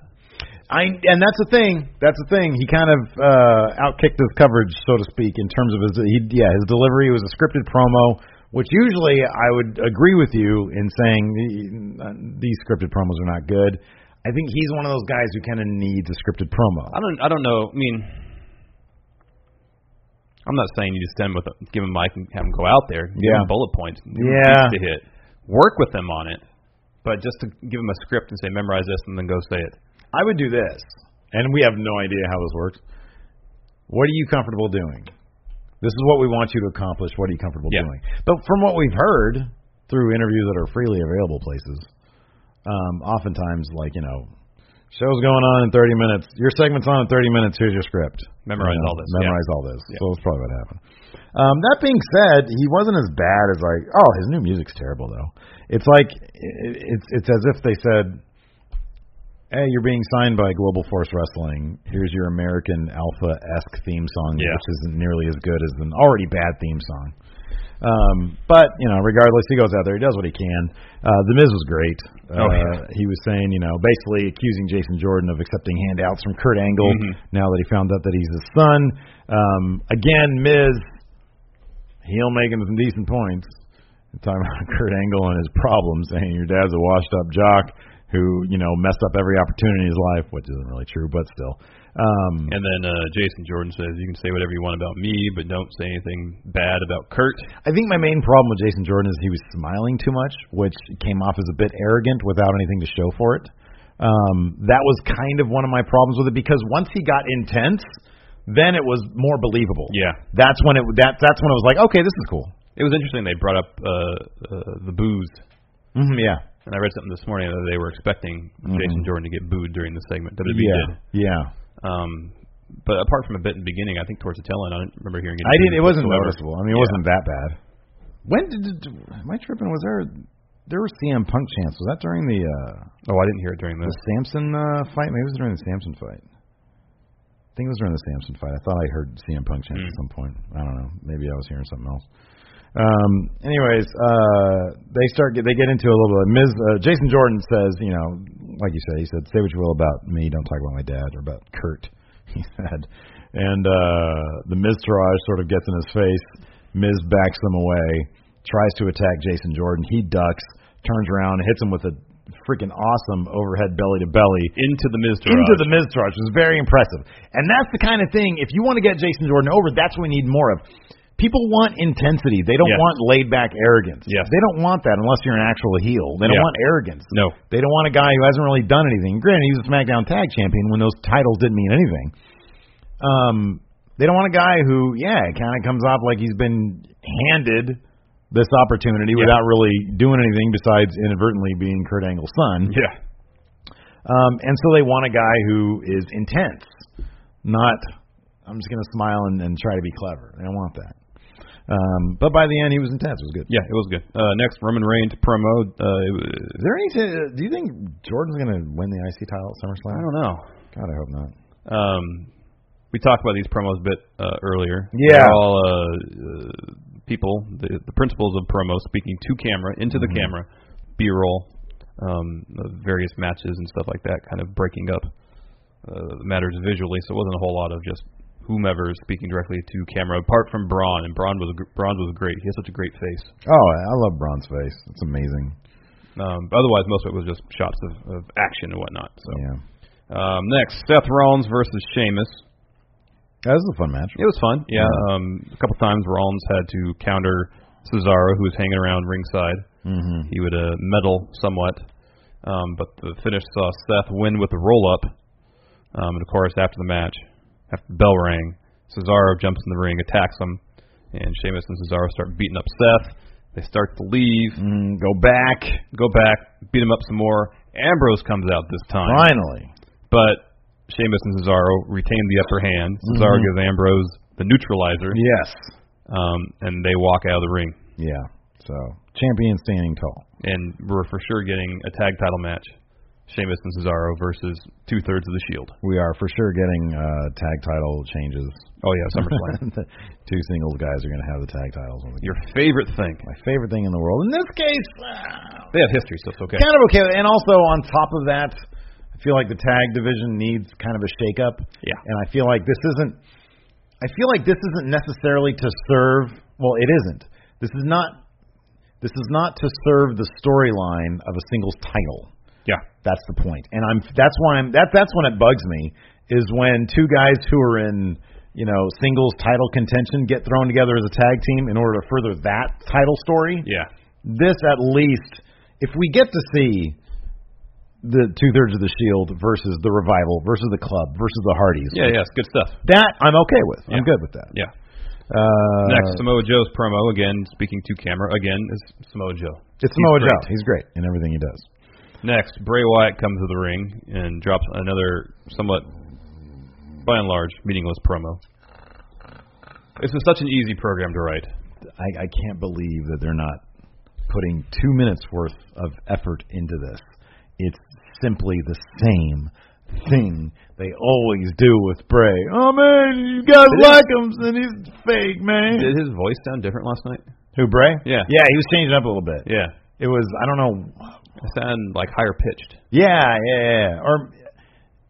[SPEAKER 1] I and that's the thing. That's the thing. He kind of uh outkicked his coverage, so to speak, in terms of his he, yeah his delivery was a scripted promo, which usually I would agree with you in saying the- these scripted promos are not good. I think he's one of those guys who kind of needs a scripted promo.
[SPEAKER 2] I don't. I don't know. I mean, I'm not saying you just send him with give him a mic and have him go out there. Give
[SPEAKER 1] Yeah.
[SPEAKER 2] him bullet points. Give him
[SPEAKER 1] Yeah.
[SPEAKER 2] beats To hit. Work with them on it, but just to give him a script and say memorize this and then go say it.
[SPEAKER 1] I would do this, and we have no idea how this works. What are you comfortable doing? This is what we want you to accomplish. What are you comfortable
[SPEAKER 2] Yeah.
[SPEAKER 1] doing? But from what we've heard through interviews that are freely available places, um, oftentimes, like you know, show's going on in 30 minutes. Your segment's on in 30 minutes. Here's your script.
[SPEAKER 2] Memorize
[SPEAKER 1] You know,
[SPEAKER 2] all this,
[SPEAKER 1] Memorize all this.
[SPEAKER 2] Yeah.
[SPEAKER 1] So that's probably what happened. Um, that being said, he wasn't as bad as like. Oh, his new music's terrible though. It's like it, it's it's as if they said hey, you're being signed by Global Force Wrestling. Here's your American Alpha esque theme song,
[SPEAKER 2] Yeah.
[SPEAKER 1] which isn't nearly as good as an already bad theme song. Um, but you know, regardless, he goes out there, he does what he can. Uh, the Miz was great.
[SPEAKER 2] Oh, yeah.
[SPEAKER 1] uh, he was saying, you know, basically accusing Jason Jordan of accepting handouts from Kurt Angle
[SPEAKER 2] Mhm.
[SPEAKER 1] now that he found out that he's his son. Um, again, Miz, heel making some decent points talking about <laughs> Kurt Angle and his problems, saying your dad's a washed up jock who, you know, messed up every opportunity in his life, which isn't really true, but still. Um
[SPEAKER 2] And then uh, Jason Jordan says, "You can say whatever you want about me, but don't say anything bad about Kurt."
[SPEAKER 1] I think my main problem with Jason Jordan is he was smiling too much, which came off as a bit arrogant without anything to show for it. Um, that was kind of one of my problems with it because once he got intense, then it was more believable.
[SPEAKER 2] Yeah.
[SPEAKER 1] That's when it that that's when it was like, okay, this is cool.
[SPEAKER 2] It was interesting they brought up uh, uh, the booze,
[SPEAKER 1] hmm yeah.
[SPEAKER 2] and I read something this morning that they were expecting Jason Jordan to get booed during the segment. WWE
[SPEAKER 1] Mm-hmm. yeah.
[SPEAKER 2] did.
[SPEAKER 1] Yeah.
[SPEAKER 2] Um, but apart from a bit in the beginning, I think towards the tail end, I don't remember hearing it.
[SPEAKER 1] I didn't. It wasn't noticeable. I mean, it
[SPEAKER 2] Yeah.
[SPEAKER 1] wasn't that bad. When did, did- am I tripping? Was there there were CM Punk chants? Was that during the uh
[SPEAKER 2] Oh, I didn't hear it during
[SPEAKER 1] the
[SPEAKER 2] this.
[SPEAKER 1] Samson uh, fight? Maybe it was during the Samson fight. I think it was during the Samson fight. I thought I heard CM Punk chants at some point. I don't know. Maybe I was hearing something else. Um. Anyways, uh, they start get, they get into a little bit. Ms. Uh, Jason Jordan says, you know, like you said, he said, say what you will about me, don't talk about my dad or about Kurt. <laughs> He said, and uh, the Miz Taraj sort of gets in his face. Miz backs them away, tries to attack Jason Jordan. He ducks, turns around, hits him with a freaking awesome overhead belly to belly
[SPEAKER 2] Into the Miz
[SPEAKER 1] into
[SPEAKER 2] Taraj.
[SPEAKER 1] the Miz charge was very impressive. And that's the kind of thing, if you want to get Jason Jordan over, that's what we need more of. People want intensity. They don't
[SPEAKER 2] Yes.
[SPEAKER 1] want laid back arrogance.
[SPEAKER 2] Yes.
[SPEAKER 1] They don't want that unless you're an actual heel. They don't
[SPEAKER 2] Yeah.
[SPEAKER 1] want arrogance.
[SPEAKER 2] No.
[SPEAKER 1] They don't want a guy who hasn't really done anything. Granted, he was a SmackDown Tag Champion when those titles didn't mean anything. Um, they don't want a guy who, yeah, kind of comes off like he's been handed this opportunity without really doing anything besides inadvertently being Kurt Angle's son.
[SPEAKER 2] Yeah.
[SPEAKER 1] Um, and so they want a guy who is intense, not I'm just going to smile and, and try to be clever. They don't want that. Um, but by the end, he was intense. It was good.
[SPEAKER 2] Yeah, it was good. Uh, next, Roman Reigns promo. Uh, it was,
[SPEAKER 1] Is there any? uh, do you think Jordan's going to win the IC title at SummerSlam?
[SPEAKER 2] I don't know.
[SPEAKER 1] God, I hope not.
[SPEAKER 2] Um, we talked about these promos a bit uh, earlier.
[SPEAKER 1] Yeah.
[SPEAKER 2] They're all uh, uh, people, the, the principles of promo, speaking to camera, into
[SPEAKER 1] Mm-hmm.
[SPEAKER 2] the camera, B-roll, um, uh, various matches and stuff like that, kind of breaking up uh, matters visually. So it wasn't a whole lot of just whomever is speaking directly to camera, apart from Braun. And Braun was gr- Braun was great. He has such a great face.
[SPEAKER 1] Oh, I love Braun's face. It's amazing.
[SPEAKER 2] Um, but otherwise, most of it was just shots of, of action and whatnot. So
[SPEAKER 1] Yeah,
[SPEAKER 2] um, next, Seth Rollins versus Sheamus.
[SPEAKER 1] that was a fun match.
[SPEAKER 2] It was fun. Yeah, um, a couple times Rollins had to counter Cesaro, who was hanging around ringside.
[SPEAKER 1] Mm-hmm.
[SPEAKER 2] He would uh, meddle somewhat, um, but the finish saw Seth win with a roll up. Um, and of course, after the match, after the bell rang, Cesaro jumps in the ring, attacks him, and Sheamus and Cesaro start beating up Seth. They start to leave,
[SPEAKER 1] Mm, go back
[SPEAKER 2] go back, beat him up some more. Ambrose comes out this time.
[SPEAKER 1] finally.
[SPEAKER 2] But Sheamus and Cesaro retain the upper hand. Cesaro gives Ambrose the neutralizer,
[SPEAKER 1] Yes.
[SPEAKER 2] um, and they walk out of the ring.
[SPEAKER 1] Yeah. So champion standing tall.
[SPEAKER 2] And we're for sure getting a tag title match. Sheamus and Cesaro versus two thirds of the Shield.
[SPEAKER 1] We are for sure getting uh, tag title
[SPEAKER 2] <laughs>
[SPEAKER 1] changes.
[SPEAKER 2] Oh yeah, SummerSlam. <laughs>
[SPEAKER 1] The <laughs> Two singles guys are going to have the tag titles. on the-
[SPEAKER 2] Your favorite thing.
[SPEAKER 1] My favorite thing in the world. In this case, uh,
[SPEAKER 2] They have history, so it's okay.
[SPEAKER 1] kind of okay. And also on top of that, I feel like the tag division needs kind of a shakeup.
[SPEAKER 2] Yeah.
[SPEAKER 1] And I feel like this isn't. I feel like this isn't necessarily to serve. Well, it isn't. This is not. This is not to serve the storyline of a singles title.
[SPEAKER 2] Yeah.
[SPEAKER 1] That's the point. And I'm that's why I'm that that's when it bugs me is when two guys who are in you know singles title contention get thrown together as a tag team in order to further that title story.
[SPEAKER 2] Yeah.
[SPEAKER 1] This at least if we get to see the two thirds of the Shield versus the Revival versus the Club versus the Hardys.
[SPEAKER 2] Yeah, yeah, it's good stuff.
[SPEAKER 1] That I'm okay with.
[SPEAKER 2] Yeah.
[SPEAKER 1] I'm good with that.
[SPEAKER 2] Yeah.
[SPEAKER 1] Uh,
[SPEAKER 2] Next, Samoa Joe's promo again, speaking to camera again is Samoa Joe.
[SPEAKER 1] it's Samoa
[SPEAKER 2] great.
[SPEAKER 1] Joe. He's great in everything he does.
[SPEAKER 2] Next, Bray Wyatt comes to the ring and drops another somewhat, by and large, meaningless promo. This is such an easy program to write.
[SPEAKER 1] I, I can't believe that they're not putting two minutes worth of effort into this. It's simply the same thing they always do with Bray. Oh man, you guys like him, and he's fake, man.
[SPEAKER 2] <laughs> Did his voice sound different last night?
[SPEAKER 1] Who Bray?
[SPEAKER 2] Yeah.
[SPEAKER 1] yeah, he was changing up a little bit.
[SPEAKER 2] Yeah,
[SPEAKER 1] It was I don't know.
[SPEAKER 2] it sounded like higher pitched.
[SPEAKER 1] Yeah, yeah, yeah. or.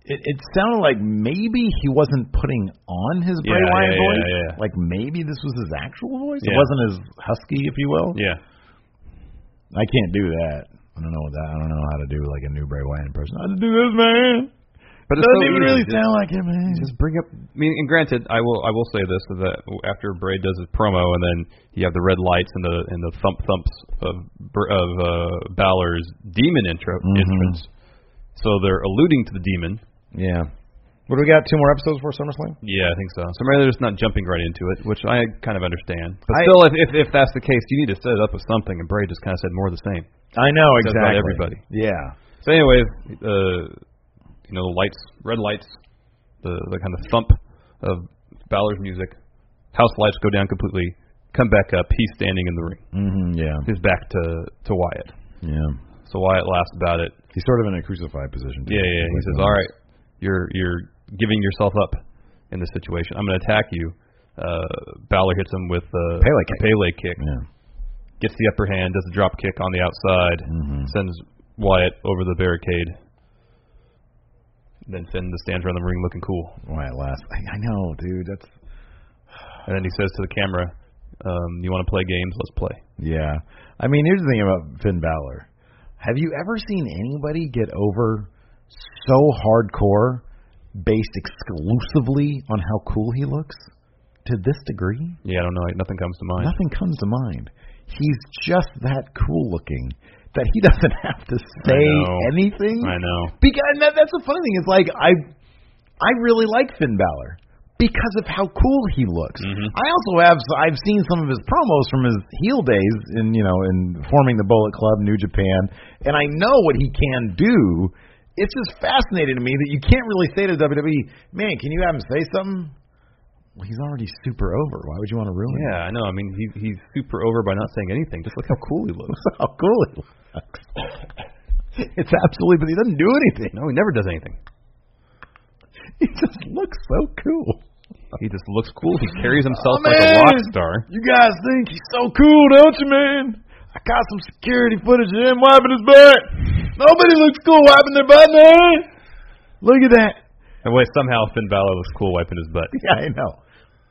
[SPEAKER 1] It, it sounded like maybe he wasn't putting on his Bray
[SPEAKER 2] Yeah,
[SPEAKER 1] Wyatt
[SPEAKER 2] yeah, yeah,
[SPEAKER 1] voice.
[SPEAKER 2] yeah.
[SPEAKER 1] Like maybe this was his actual voice. It
[SPEAKER 2] Yeah.
[SPEAKER 1] wasn't as husky, if you will.
[SPEAKER 2] Yeah,
[SPEAKER 1] I can't do that. I don't know what that. I don't know how to do like a new Bray Wyatt impression. How to do this, man?
[SPEAKER 2] but
[SPEAKER 1] Doesn't even
[SPEAKER 2] easy.
[SPEAKER 1] really
[SPEAKER 2] Just-
[SPEAKER 1] sound like him, man.
[SPEAKER 2] Just bring up. I mean, and granted, I will. I will say this: is that after Bray does his promo, and then you have the red lights and the and the thump thumps of Br- of uh, Balor's demon intro entrance. So they're alluding to the demon.
[SPEAKER 1] yeah. What do we got? Two more episodes before SummerSlam.
[SPEAKER 2] Yeah, I think so. So maybe they're just not jumping right into it, which I kind of understand. But
[SPEAKER 1] I-
[SPEAKER 2] still, if, if if that's the case, you need to set it up with something. And Bray just kind of said more of the same.
[SPEAKER 1] I know
[SPEAKER 2] That's about
[SPEAKER 1] exactly.
[SPEAKER 2] everybody.
[SPEAKER 1] Yeah.
[SPEAKER 2] So, anyways, uh, you know, the lights, red lights, the the kind of thump of Balor's music. House lights go down completely. Come back up. He's standing in the ring.
[SPEAKER 1] Mm-hmm, yeah.
[SPEAKER 2] He's back to to Wyatt.
[SPEAKER 1] Yeah.
[SPEAKER 2] So Wyatt laughs about it.
[SPEAKER 1] He's sort of in a crucified position. too.
[SPEAKER 2] Yeah, yeah. He
[SPEAKER 1] Like
[SPEAKER 2] says,
[SPEAKER 1] that.
[SPEAKER 2] "All right, you're you're giving yourself up in this situation. I'm going to attack you." Uh, Balor hits him with uh,
[SPEAKER 1] Pele
[SPEAKER 2] a
[SPEAKER 1] kick.
[SPEAKER 2] Pele kick.
[SPEAKER 1] Yeah.
[SPEAKER 2] Gets the upper hand. Does a drop kick on the outside.
[SPEAKER 1] Mm-hmm.
[SPEAKER 2] Sends Wyatt over the barricade. Then Finn just stands around the ring looking cool.
[SPEAKER 1] Wyatt last. I, I know, dude. That's
[SPEAKER 2] And then he says to the camera, um, "You want to play games? Let's play."
[SPEAKER 1] yeah. I mean, here's the thing about Finn Balor. Have you ever seen anybody get over so hardcore based exclusively on how cool he looks to this degree?
[SPEAKER 2] Yeah, I don't know. like, Nothing comes to mind.
[SPEAKER 1] Nothing comes to mind. He's just that cool looking that he <laughs> doesn't have to say
[SPEAKER 2] know.
[SPEAKER 1] anything.
[SPEAKER 2] I know.
[SPEAKER 1] Because and that, that's the funny thing. It's like I, I really like Finn Balor because of how cool he looks.
[SPEAKER 2] Mhm.
[SPEAKER 1] I also have I've seen some of his promos from his heel days in you know in forming the Bullet Club, New Japan, and I know what he can do. It's just fascinating to me that you can't really say to WWE, man, can you have him say something? Well, he's already super over. Why would you want to ruin it? <laughs>
[SPEAKER 2] Yeah, I know. I mean, he, he's super over by not saying anything. Just look how cool he looks.
[SPEAKER 1] <laughs> How cool he looks. it's absolutely, but he doesn't do anything.
[SPEAKER 2] No, he never does anything.
[SPEAKER 1] He just looks so cool.
[SPEAKER 2] He just looks cool. He carries himself
[SPEAKER 1] Oh,
[SPEAKER 2] like a
[SPEAKER 1] man.
[SPEAKER 2] rock star.
[SPEAKER 1] You guys think he's so cool, don't you, man? I caught some security footage of him wiping his butt. Nobody looks cool wiping their butt, man. Look at that. <laughs>
[SPEAKER 2] And way somehow Finn Balor looks cool wiping his butt.
[SPEAKER 1] Yeah, I know.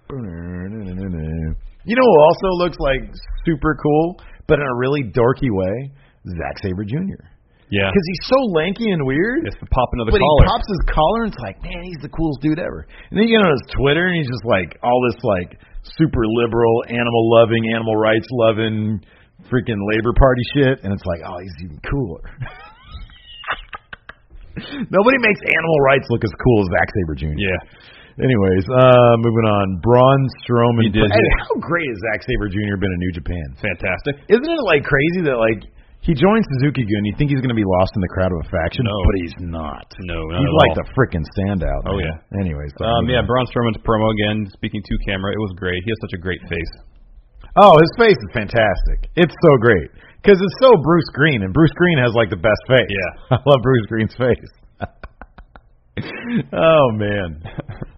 [SPEAKER 1] You know who also looks like super cool, but in a really dorky way? Zack Sabre Jr.
[SPEAKER 2] Yeah,
[SPEAKER 1] Because he's so lanky and weird.
[SPEAKER 2] it's the popping of the
[SPEAKER 1] but
[SPEAKER 2] collar.
[SPEAKER 1] he pops his collar and it's like, man, he's the coolest dude ever. And then you get on his Twitter and he's just like all this like super liberal, animal loving, animal rights loving, freaking Labor Party shit, and it's like, oh, he's even cooler. <laughs> Nobody makes animal rights look as cool as Zack Saber Jr.
[SPEAKER 2] yeah,
[SPEAKER 1] Anyways, uh, moving on. Braun Strowman.
[SPEAKER 2] He did,
[SPEAKER 1] Hey,
[SPEAKER 2] yeah.
[SPEAKER 1] how great has Zack Saber Jr. been in New Japan?
[SPEAKER 2] fantastic.
[SPEAKER 1] Isn't it like crazy that like he joins Suzuki Gun? You think he's going to be lost in the crowd of a faction,
[SPEAKER 2] No.
[SPEAKER 1] but he's not.
[SPEAKER 2] No, not
[SPEAKER 1] He's
[SPEAKER 2] at
[SPEAKER 1] like
[SPEAKER 2] all.
[SPEAKER 1] the freaking standout.
[SPEAKER 2] Oh,
[SPEAKER 1] man.
[SPEAKER 2] yeah.
[SPEAKER 1] Anyways.
[SPEAKER 2] Um, yeah,
[SPEAKER 1] anyway.
[SPEAKER 2] Braun Strowman's promo again, speaking to camera. It was great. He has such a great face.
[SPEAKER 1] Oh, his face is fantastic. It's so great because it's so Bruce Green, and Bruce Green has like the best face. <laughs>
[SPEAKER 2] Yeah.
[SPEAKER 1] I love Bruce Green's face. <laughs> oh man.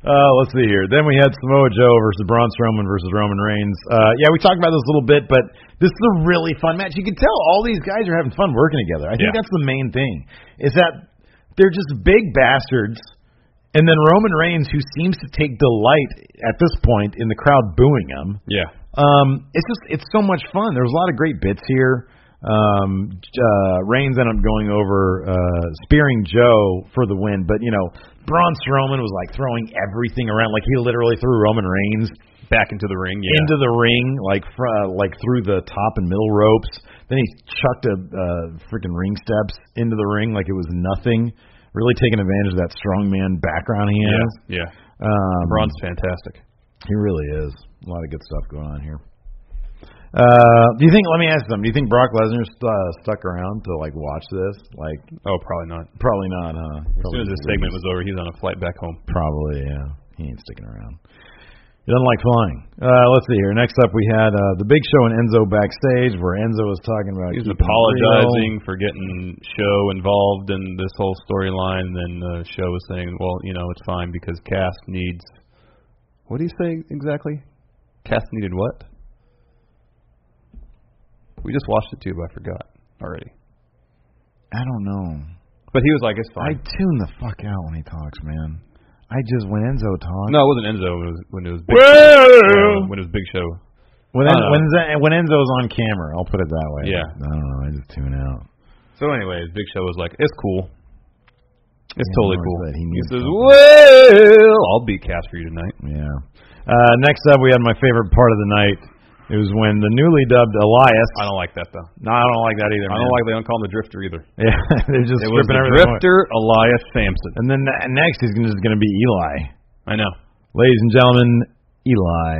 [SPEAKER 1] Uh, let's see here. Then we had Samoa Joe versus Braun Strowman versus Roman Reigns. Uh, yeah, we talked about this a little bit, but this is a really fun match. You can tell all these guys are having fun working together. I think
[SPEAKER 2] Yeah.
[SPEAKER 1] that's the main thing is that they're just big bastards. And then Roman Reigns, who seems to take delight at this point in the crowd booing him,
[SPEAKER 2] Yeah,
[SPEAKER 1] um, it's just it's so much fun. There's a lot of great bits here. Um, uh, Reigns ended up going over uh, spearing Joe for the win, but you know Braun Strowman was like throwing everything around, like he literally threw Roman Reigns
[SPEAKER 2] back into the ring. Yeah,
[SPEAKER 1] into the ring, like fr- uh, like through the top and middle ropes. Then he chucked a uh, freaking ring steps into the ring like it was nothing. Really taking advantage of that strongman background he has.
[SPEAKER 2] yeah, yeah.
[SPEAKER 1] Um,
[SPEAKER 2] Braun's fantastic.
[SPEAKER 1] he really is. A lot of good stuff going on here. Uh, do you think? Let me ask them. Do you think Brock Lesnar's uh, stuck around to like watch this? Like,
[SPEAKER 2] Oh, probably not.
[SPEAKER 1] probably not, huh?
[SPEAKER 2] As soon as this segment was over, he's on a flight back home.
[SPEAKER 1] Probably, yeah. He ain't sticking around. He doesn't like flying. Uh, let's see here. Next up, we had uh, the Big Show and Enzo backstage, where Enzo was talking about
[SPEAKER 2] He's
[SPEAKER 1] keeping it real.
[SPEAKER 2] apologizing for getting Show involved in this whole storyline. Then uh, Show was saying, "Well, you know, it's fine because Cass needs." What do you say exactly? Cass needed what? We just watched it too, but I forgot already.
[SPEAKER 1] I don't know.
[SPEAKER 2] But he was like, "It's
[SPEAKER 1] I
[SPEAKER 2] fine."
[SPEAKER 1] tune the fuck out when he talks, man. I just when Enzo talks.
[SPEAKER 2] no, it wasn't Enzo when it was when it was Big
[SPEAKER 1] Well,
[SPEAKER 2] Show. When it was Big Show.
[SPEAKER 1] When
[SPEAKER 2] I
[SPEAKER 1] en-
[SPEAKER 2] don't know.
[SPEAKER 1] when, Zen- when Enzo's on camera, I'll put it that way.
[SPEAKER 2] Yeah.
[SPEAKER 1] I don't know. I just tune out.
[SPEAKER 2] So, anyways, Big Show was like, "It's cool. It's
[SPEAKER 1] Yeah,
[SPEAKER 2] totally
[SPEAKER 1] Norm
[SPEAKER 2] cool."
[SPEAKER 1] said he
[SPEAKER 2] He,
[SPEAKER 1] needs
[SPEAKER 2] says,
[SPEAKER 1] something.
[SPEAKER 2] "Well, I'll beat Cass for you tonight."
[SPEAKER 1] Yeah. Uh, next up, we had my favorite part of the night. It was when the newly dubbed Elias.
[SPEAKER 2] I don't like that though.
[SPEAKER 1] no, I don't like that either.
[SPEAKER 2] I
[SPEAKER 1] man.
[SPEAKER 2] don't like they don't call him the Drifter either.
[SPEAKER 1] <laughs> Yeah, they're just
[SPEAKER 2] It was
[SPEAKER 1] stripping
[SPEAKER 2] the
[SPEAKER 1] everything. away.
[SPEAKER 2] Drifter Elias Sampson.
[SPEAKER 1] And then the- next is gonna- just going to be Eli.
[SPEAKER 2] I know.
[SPEAKER 1] Ladies and gentlemen, Eli.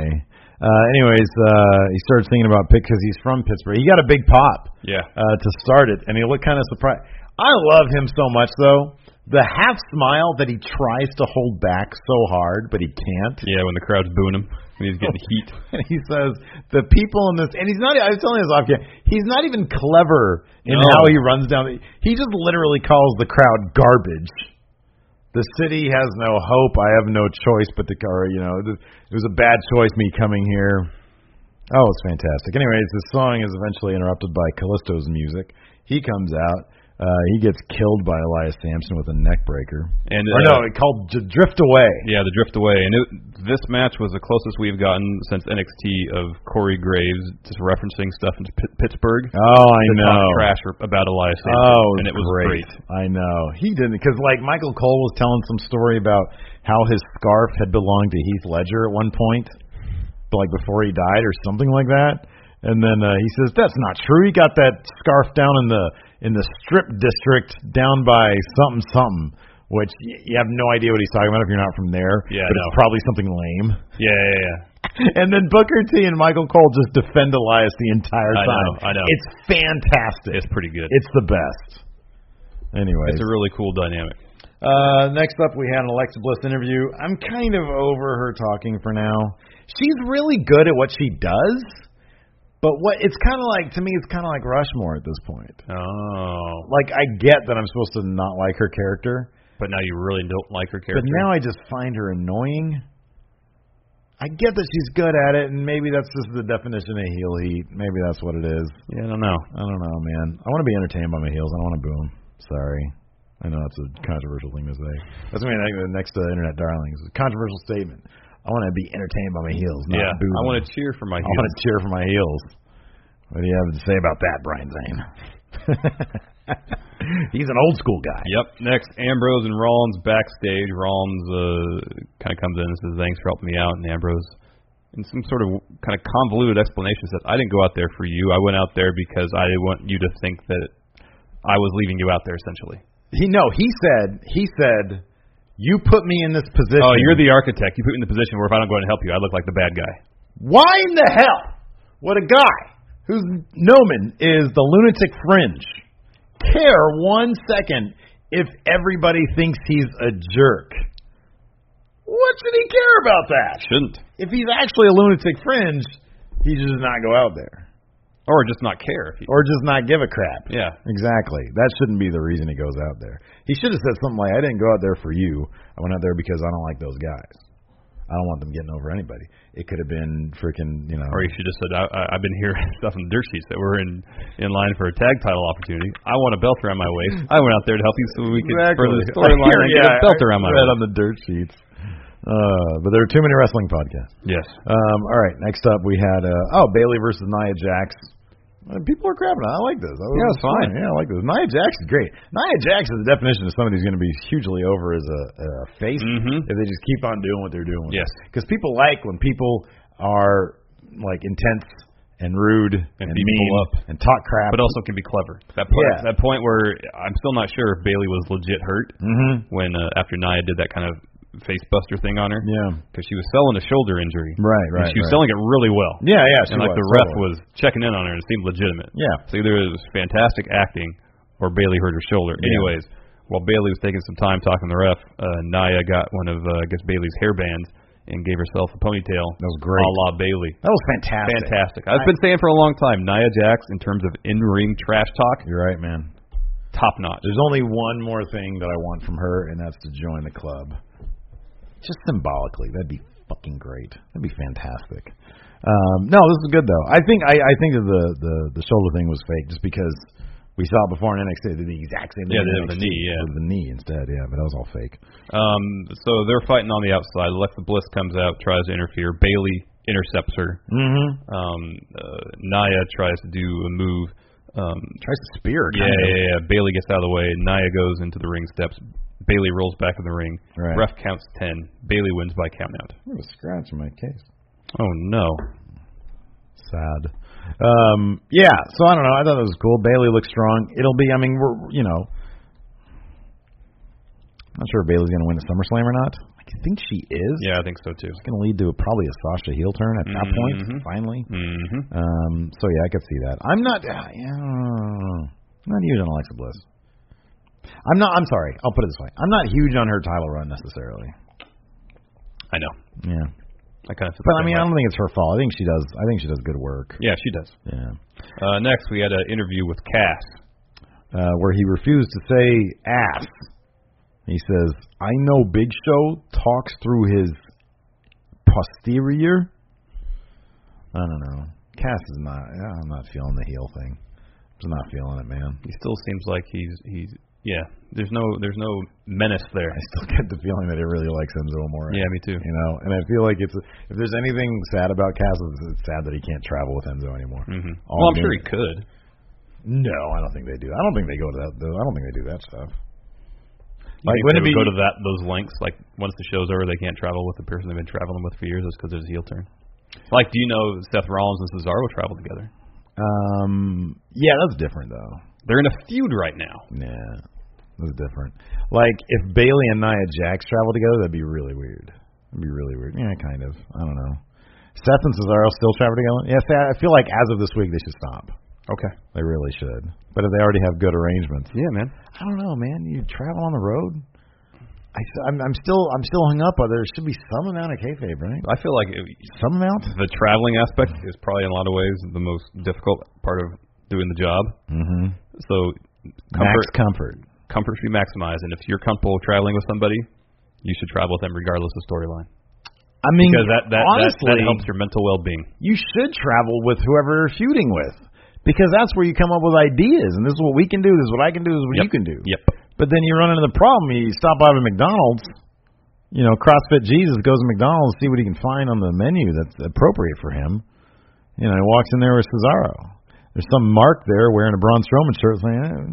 [SPEAKER 1] Uh, anyways, uh, he starts thinking about Pitt because he's from Pittsburgh. He got a big pop.
[SPEAKER 2] Yeah.
[SPEAKER 1] uh, to start it, and he looked kind of surprised. I love him so much, though. The half smile that he tries to hold back so hard, but he can't.
[SPEAKER 2] Yeah, when the crowd's booing him, when <laughs> he's getting heat.
[SPEAKER 1] <laughs> And he says, "The people in this," and he's not. I was telling this off camera. He's not even clever in
[SPEAKER 2] No.
[SPEAKER 1] how he runs down. The, he just literally calls the crowd garbage. The city has no hope. I have no choice but to. Or, you know, th- it was a bad choice me coming here. Oh, it's fantastic. Anyways, this song is eventually interrupted by Callisto's music. He comes out. Uh, he gets killed by Elias Sampson with a neck breaker.
[SPEAKER 2] And
[SPEAKER 1] or
[SPEAKER 2] uh,
[SPEAKER 1] no, it called J- Drift Away.
[SPEAKER 2] yeah, the drift away. And it, this match was the closest we've gotten since NXT of Corey Graves just referencing stuff into P- Pittsburgh.
[SPEAKER 1] Oh, I
[SPEAKER 2] to talk
[SPEAKER 1] know.
[SPEAKER 2] Trash about Elias Sampson.
[SPEAKER 1] Oh,
[SPEAKER 2] and it was great.
[SPEAKER 1] I know he didn't because like Michael Cole was telling some story about how his scarf had belonged to Heath Ledger at one point, but like before he died or something like that. And then uh, he says that's not true. He got that scarf down in the in the strip district down by something something. which y- you have no idea what he's talking about if you're not from there.
[SPEAKER 2] Yeah, I
[SPEAKER 1] but it's
[SPEAKER 2] know.
[SPEAKER 1] probably something lame. <laughs>
[SPEAKER 2] Yeah, yeah, yeah.
[SPEAKER 1] And then Booker T and Michael Cole just defend Elias the entire
[SPEAKER 2] I know,
[SPEAKER 1] time.
[SPEAKER 2] I know.
[SPEAKER 1] It's fantastic.
[SPEAKER 2] It's pretty good.
[SPEAKER 1] It's the best. Anyway,
[SPEAKER 2] It's a really cool dynamic.
[SPEAKER 1] uh, next up, we had an Alexa Bliss interview. I'm kind of over her talking for now. She's really good at what she does, but what it's kind of like to me, it's kind of like Rushmore at this point.
[SPEAKER 2] Oh,
[SPEAKER 1] Like I get that I'm supposed to not like her character,
[SPEAKER 2] but now you really don't like her character.
[SPEAKER 1] but now I just find her annoying. I get that she's good at it, and maybe that's just the definition of heel heat. Maybe that's what it is.
[SPEAKER 2] yeah, I don't know.
[SPEAKER 1] I don't know, man. I want to be entertained by my heels. I don't want to boo them. Sorry. I know that's a controversial thing to say. That's gonna be the next to Internet Darlings. A controversial statement. I want to be entertained by my heels, not
[SPEAKER 2] yeah,
[SPEAKER 1] boo
[SPEAKER 2] I want to
[SPEAKER 1] them.
[SPEAKER 2] cheer for my
[SPEAKER 1] I want
[SPEAKER 2] heels.
[SPEAKER 1] to cheer for my heels. What do you have to say about that, Brian Zane? <laughs> He's an old school guy.
[SPEAKER 2] Yep. Next, Ambrose and Rollins backstage. Rollins uh, kind of comes in and says, "Thanks for helping me out." And Ambrose, in some sort of kind of convoluted explanation, says, "I didn't go out there for you. I went out there because I didn't want you to think that I was leaving you out there." Essentially.
[SPEAKER 1] He no, he said he said you put me in this position.
[SPEAKER 2] Oh, you're the architect. You put me in the position where if I don't go and help you, I look like the bad guy.
[SPEAKER 1] Why in the hell would a guy whose nomen is the lunatic fringe care one second if everybody thinks he's a jerk? What should he care about that?
[SPEAKER 2] Shouldn't.
[SPEAKER 1] If he's actually a lunatic fringe, he should just not go out there
[SPEAKER 2] Or just not care. If you,
[SPEAKER 1] or just not give a crap.
[SPEAKER 2] yeah.
[SPEAKER 1] Exactly. That shouldn't be the reason he goes out there. He should have said something like, "I didn't go out there for you. I went out there because I don't like those guys. I don't want them getting over anybody." It could have been freaking, you know.
[SPEAKER 2] Or you should just said, I, I, I've been <laughs> hearing stuff in the dirt sheets that we're in in line for a tag title opportunity. I want a belt around my waist. I went out there to help you so we could further the
[SPEAKER 1] <laughs>
[SPEAKER 2] storyline <laughs> and get a belt around
[SPEAKER 1] I
[SPEAKER 2] my
[SPEAKER 1] read
[SPEAKER 2] waist.
[SPEAKER 1] on the dirt sheets. Uh, but there are too many wrestling podcasts.
[SPEAKER 2] Yes.
[SPEAKER 1] Um, all right, next up we had uh, oh Bailey versus Nia Jax. Uh, People are crapping. on it. I like this. That was
[SPEAKER 2] Yeah, it's fine.
[SPEAKER 1] Yeah, I like this. Nia Jax is great. Nia Jax is the definition of somebody who's going to be hugely over as a, a face
[SPEAKER 2] Mhm.
[SPEAKER 1] if they just keep on doing what they're doing.
[SPEAKER 2] Yes.
[SPEAKER 1] because people like when people are like intense and rude and,
[SPEAKER 2] beat
[SPEAKER 1] mean
[SPEAKER 2] people up.
[SPEAKER 1] and talk crap.
[SPEAKER 2] But also can be clever. That point,
[SPEAKER 1] Yeah.
[SPEAKER 2] that point where I'm still not sure if Bailey was legit hurt
[SPEAKER 1] hmm
[SPEAKER 2] when uh, after Nia did that kind of face buster thing on her.
[SPEAKER 1] yeah,
[SPEAKER 2] Because she was selling a shoulder injury.
[SPEAKER 1] right,
[SPEAKER 2] And
[SPEAKER 1] right.
[SPEAKER 2] she was
[SPEAKER 1] right.
[SPEAKER 2] selling it really well.
[SPEAKER 1] Yeah, yeah. she
[SPEAKER 2] and like
[SPEAKER 1] was,
[SPEAKER 2] the ref
[SPEAKER 1] totally.
[SPEAKER 2] was checking in on her and it seemed legitimate.
[SPEAKER 1] Yeah.
[SPEAKER 2] So either it was fantastic acting or Bailey hurt her shoulder.
[SPEAKER 1] Yeah.
[SPEAKER 2] Anyways, while Bailey was taking some time talking to the ref, uh, Naya got one of uh, I guess Bailey's hairbands and gave herself a ponytail.
[SPEAKER 1] That was great.
[SPEAKER 2] A la Bailey.
[SPEAKER 1] That was fantastic.
[SPEAKER 2] Fantastic. I've been saying for a long time, Nia Jax in terms of in-ring trash talk,
[SPEAKER 1] You're right, man.
[SPEAKER 2] top notch.
[SPEAKER 1] There's only one more thing that I want from her, and that's to join the club. Just symbolically, that'd be fucking great. That'd be fantastic. Um, no, this is good though. I think I, I think that the, the the shoulder thing was fake, just because we saw it before in NXT. They did the exact same thing.
[SPEAKER 2] Yeah,
[SPEAKER 1] in
[SPEAKER 2] they did it with the
[SPEAKER 1] NXT,
[SPEAKER 2] knee, yeah.
[SPEAKER 1] with the knee instead. Yeah, but that was all fake.
[SPEAKER 2] Um, so they're fighting on the outside. Alexa Bliss comes out, tries to interfere. Bailey intercepts her.
[SPEAKER 1] Mm-hmm.
[SPEAKER 2] Um, uh, Naya tries to do a move. Um,
[SPEAKER 1] Tries to spear.
[SPEAKER 2] Yeah,
[SPEAKER 1] kind of.
[SPEAKER 2] yeah, yeah. Bailey gets out of the way. Naya goes into the ring steps. Bailey rolls back in the ring.
[SPEAKER 1] Right.
[SPEAKER 2] Ref counts ten. Bailey wins by count out.
[SPEAKER 1] I have a scratch in my case.
[SPEAKER 2] Oh no.
[SPEAKER 1] sad. Um, yeah, so I don't know. I thought it was cool. Bailey looks strong. It'll be. I mean, we're you know, I'm not sure if Bailey's going to win at SummerSlam or not. I think she is.
[SPEAKER 2] Yeah, I think so too.
[SPEAKER 1] It's going to lead to a, probably a Sasha heel turn at that point.
[SPEAKER 2] Mhm.
[SPEAKER 1] Finally.
[SPEAKER 2] Mm-hmm.
[SPEAKER 1] Um, so yeah, I could see that. I'm not. Uh, yeah, I'm not huge on Alexa Bliss. I'm not. I'm sorry. I'll put it this way. I'm not huge on her title run necessarily.
[SPEAKER 2] I know.
[SPEAKER 1] Yeah,
[SPEAKER 2] I kind of.
[SPEAKER 1] but I mean, I don't think it's her fault. I think she does. I think she does good work.
[SPEAKER 2] yeah, she does.
[SPEAKER 1] Yeah.
[SPEAKER 2] Uh, next, we had an interview with Cass.
[SPEAKER 1] uh, where he refused to say ass. He says, I know Big Show talks through his posterior. I don't know. Cass is not, I'm not feeling the heel thing. I'm not feeling it, man.
[SPEAKER 2] He still seems like he's he's yeah. There's no there's no menace there.
[SPEAKER 1] I still get the feeling that he really likes Enzo Amore.
[SPEAKER 2] Yeah, me too.
[SPEAKER 1] You know, and I feel like it's if there's anything sad about Cass, it's- it's sad that he can't travel with Enzo anymore.
[SPEAKER 2] Mm-hmm.
[SPEAKER 1] All
[SPEAKER 2] Well, I'm
[SPEAKER 1] new-
[SPEAKER 2] sure he could.
[SPEAKER 1] No, I don't think they do. I don't think they go to that. I don't think they do that stuff.
[SPEAKER 2] You
[SPEAKER 1] Like,
[SPEAKER 2] think
[SPEAKER 1] wouldn't
[SPEAKER 2] they
[SPEAKER 1] it
[SPEAKER 2] would
[SPEAKER 1] be-
[SPEAKER 2] go to that those lengths? Like once the show's over, they can't travel with the person they've been traveling with for years. That's because there's a heel turn. Like, do you know Seth Rollins and Cesaro travel together?
[SPEAKER 1] Um, yeah, that's different though.
[SPEAKER 2] They're in a feud right now.
[SPEAKER 1] Yeah. This is different. Like if Bailey and Nia Jax travel together, that'd be really weird. That'd be really weird. Yeah, kind of. I don't know. Seth and Cesaro still travel together. Yeah, see, I feel like as of this week they should stop.
[SPEAKER 2] Okay.
[SPEAKER 1] They really should. But if they already have good arrangements,
[SPEAKER 2] Yeah, man.
[SPEAKER 1] I don't know, man. You travel on the road. I, I'm, I'm still I'm still hung up. on There should be some amount of kayfabe, right?
[SPEAKER 2] I feel like it,
[SPEAKER 1] Some amount.
[SPEAKER 2] the traveling aspect is probably in a lot of ways the most difficult part of doing the job.
[SPEAKER 1] Mm-hmm.
[SPEAKER 2] So
[SPEAKER 1] Max
[SPEAKER 2] comfort
[SPEAKER 1] comfort.
[SPEAKER 2] comfort should be maximized, and if you're comfortable traveling with somebody, you should travel with them regardless of storyline
[SPEAKER 1] I mean,
[SPEAKER 2] because that that,
[SPEAKER 1] honestly,
[SPEAKER 2] that that helps your mental well being.
[SPEAKER 1] you should travel with whoever you're feuding with because that's where you come up with ideas and this is what we can do, this is what I can do, this is what
[SPEAKER 2] Yep.
[SPEAKER 1] you can do.
[SPEAKER 2] Yep.
[SPEAKER 1] But then you run into the problem, you stop by at McDonald's, you know, CrossFit Jesus goes to McDonald's, see what he can find on the menu that's appropriate for him. You know, he walks in there with Cesaro. There's some mark there wearing a Braun Strowman shirt saying, eh,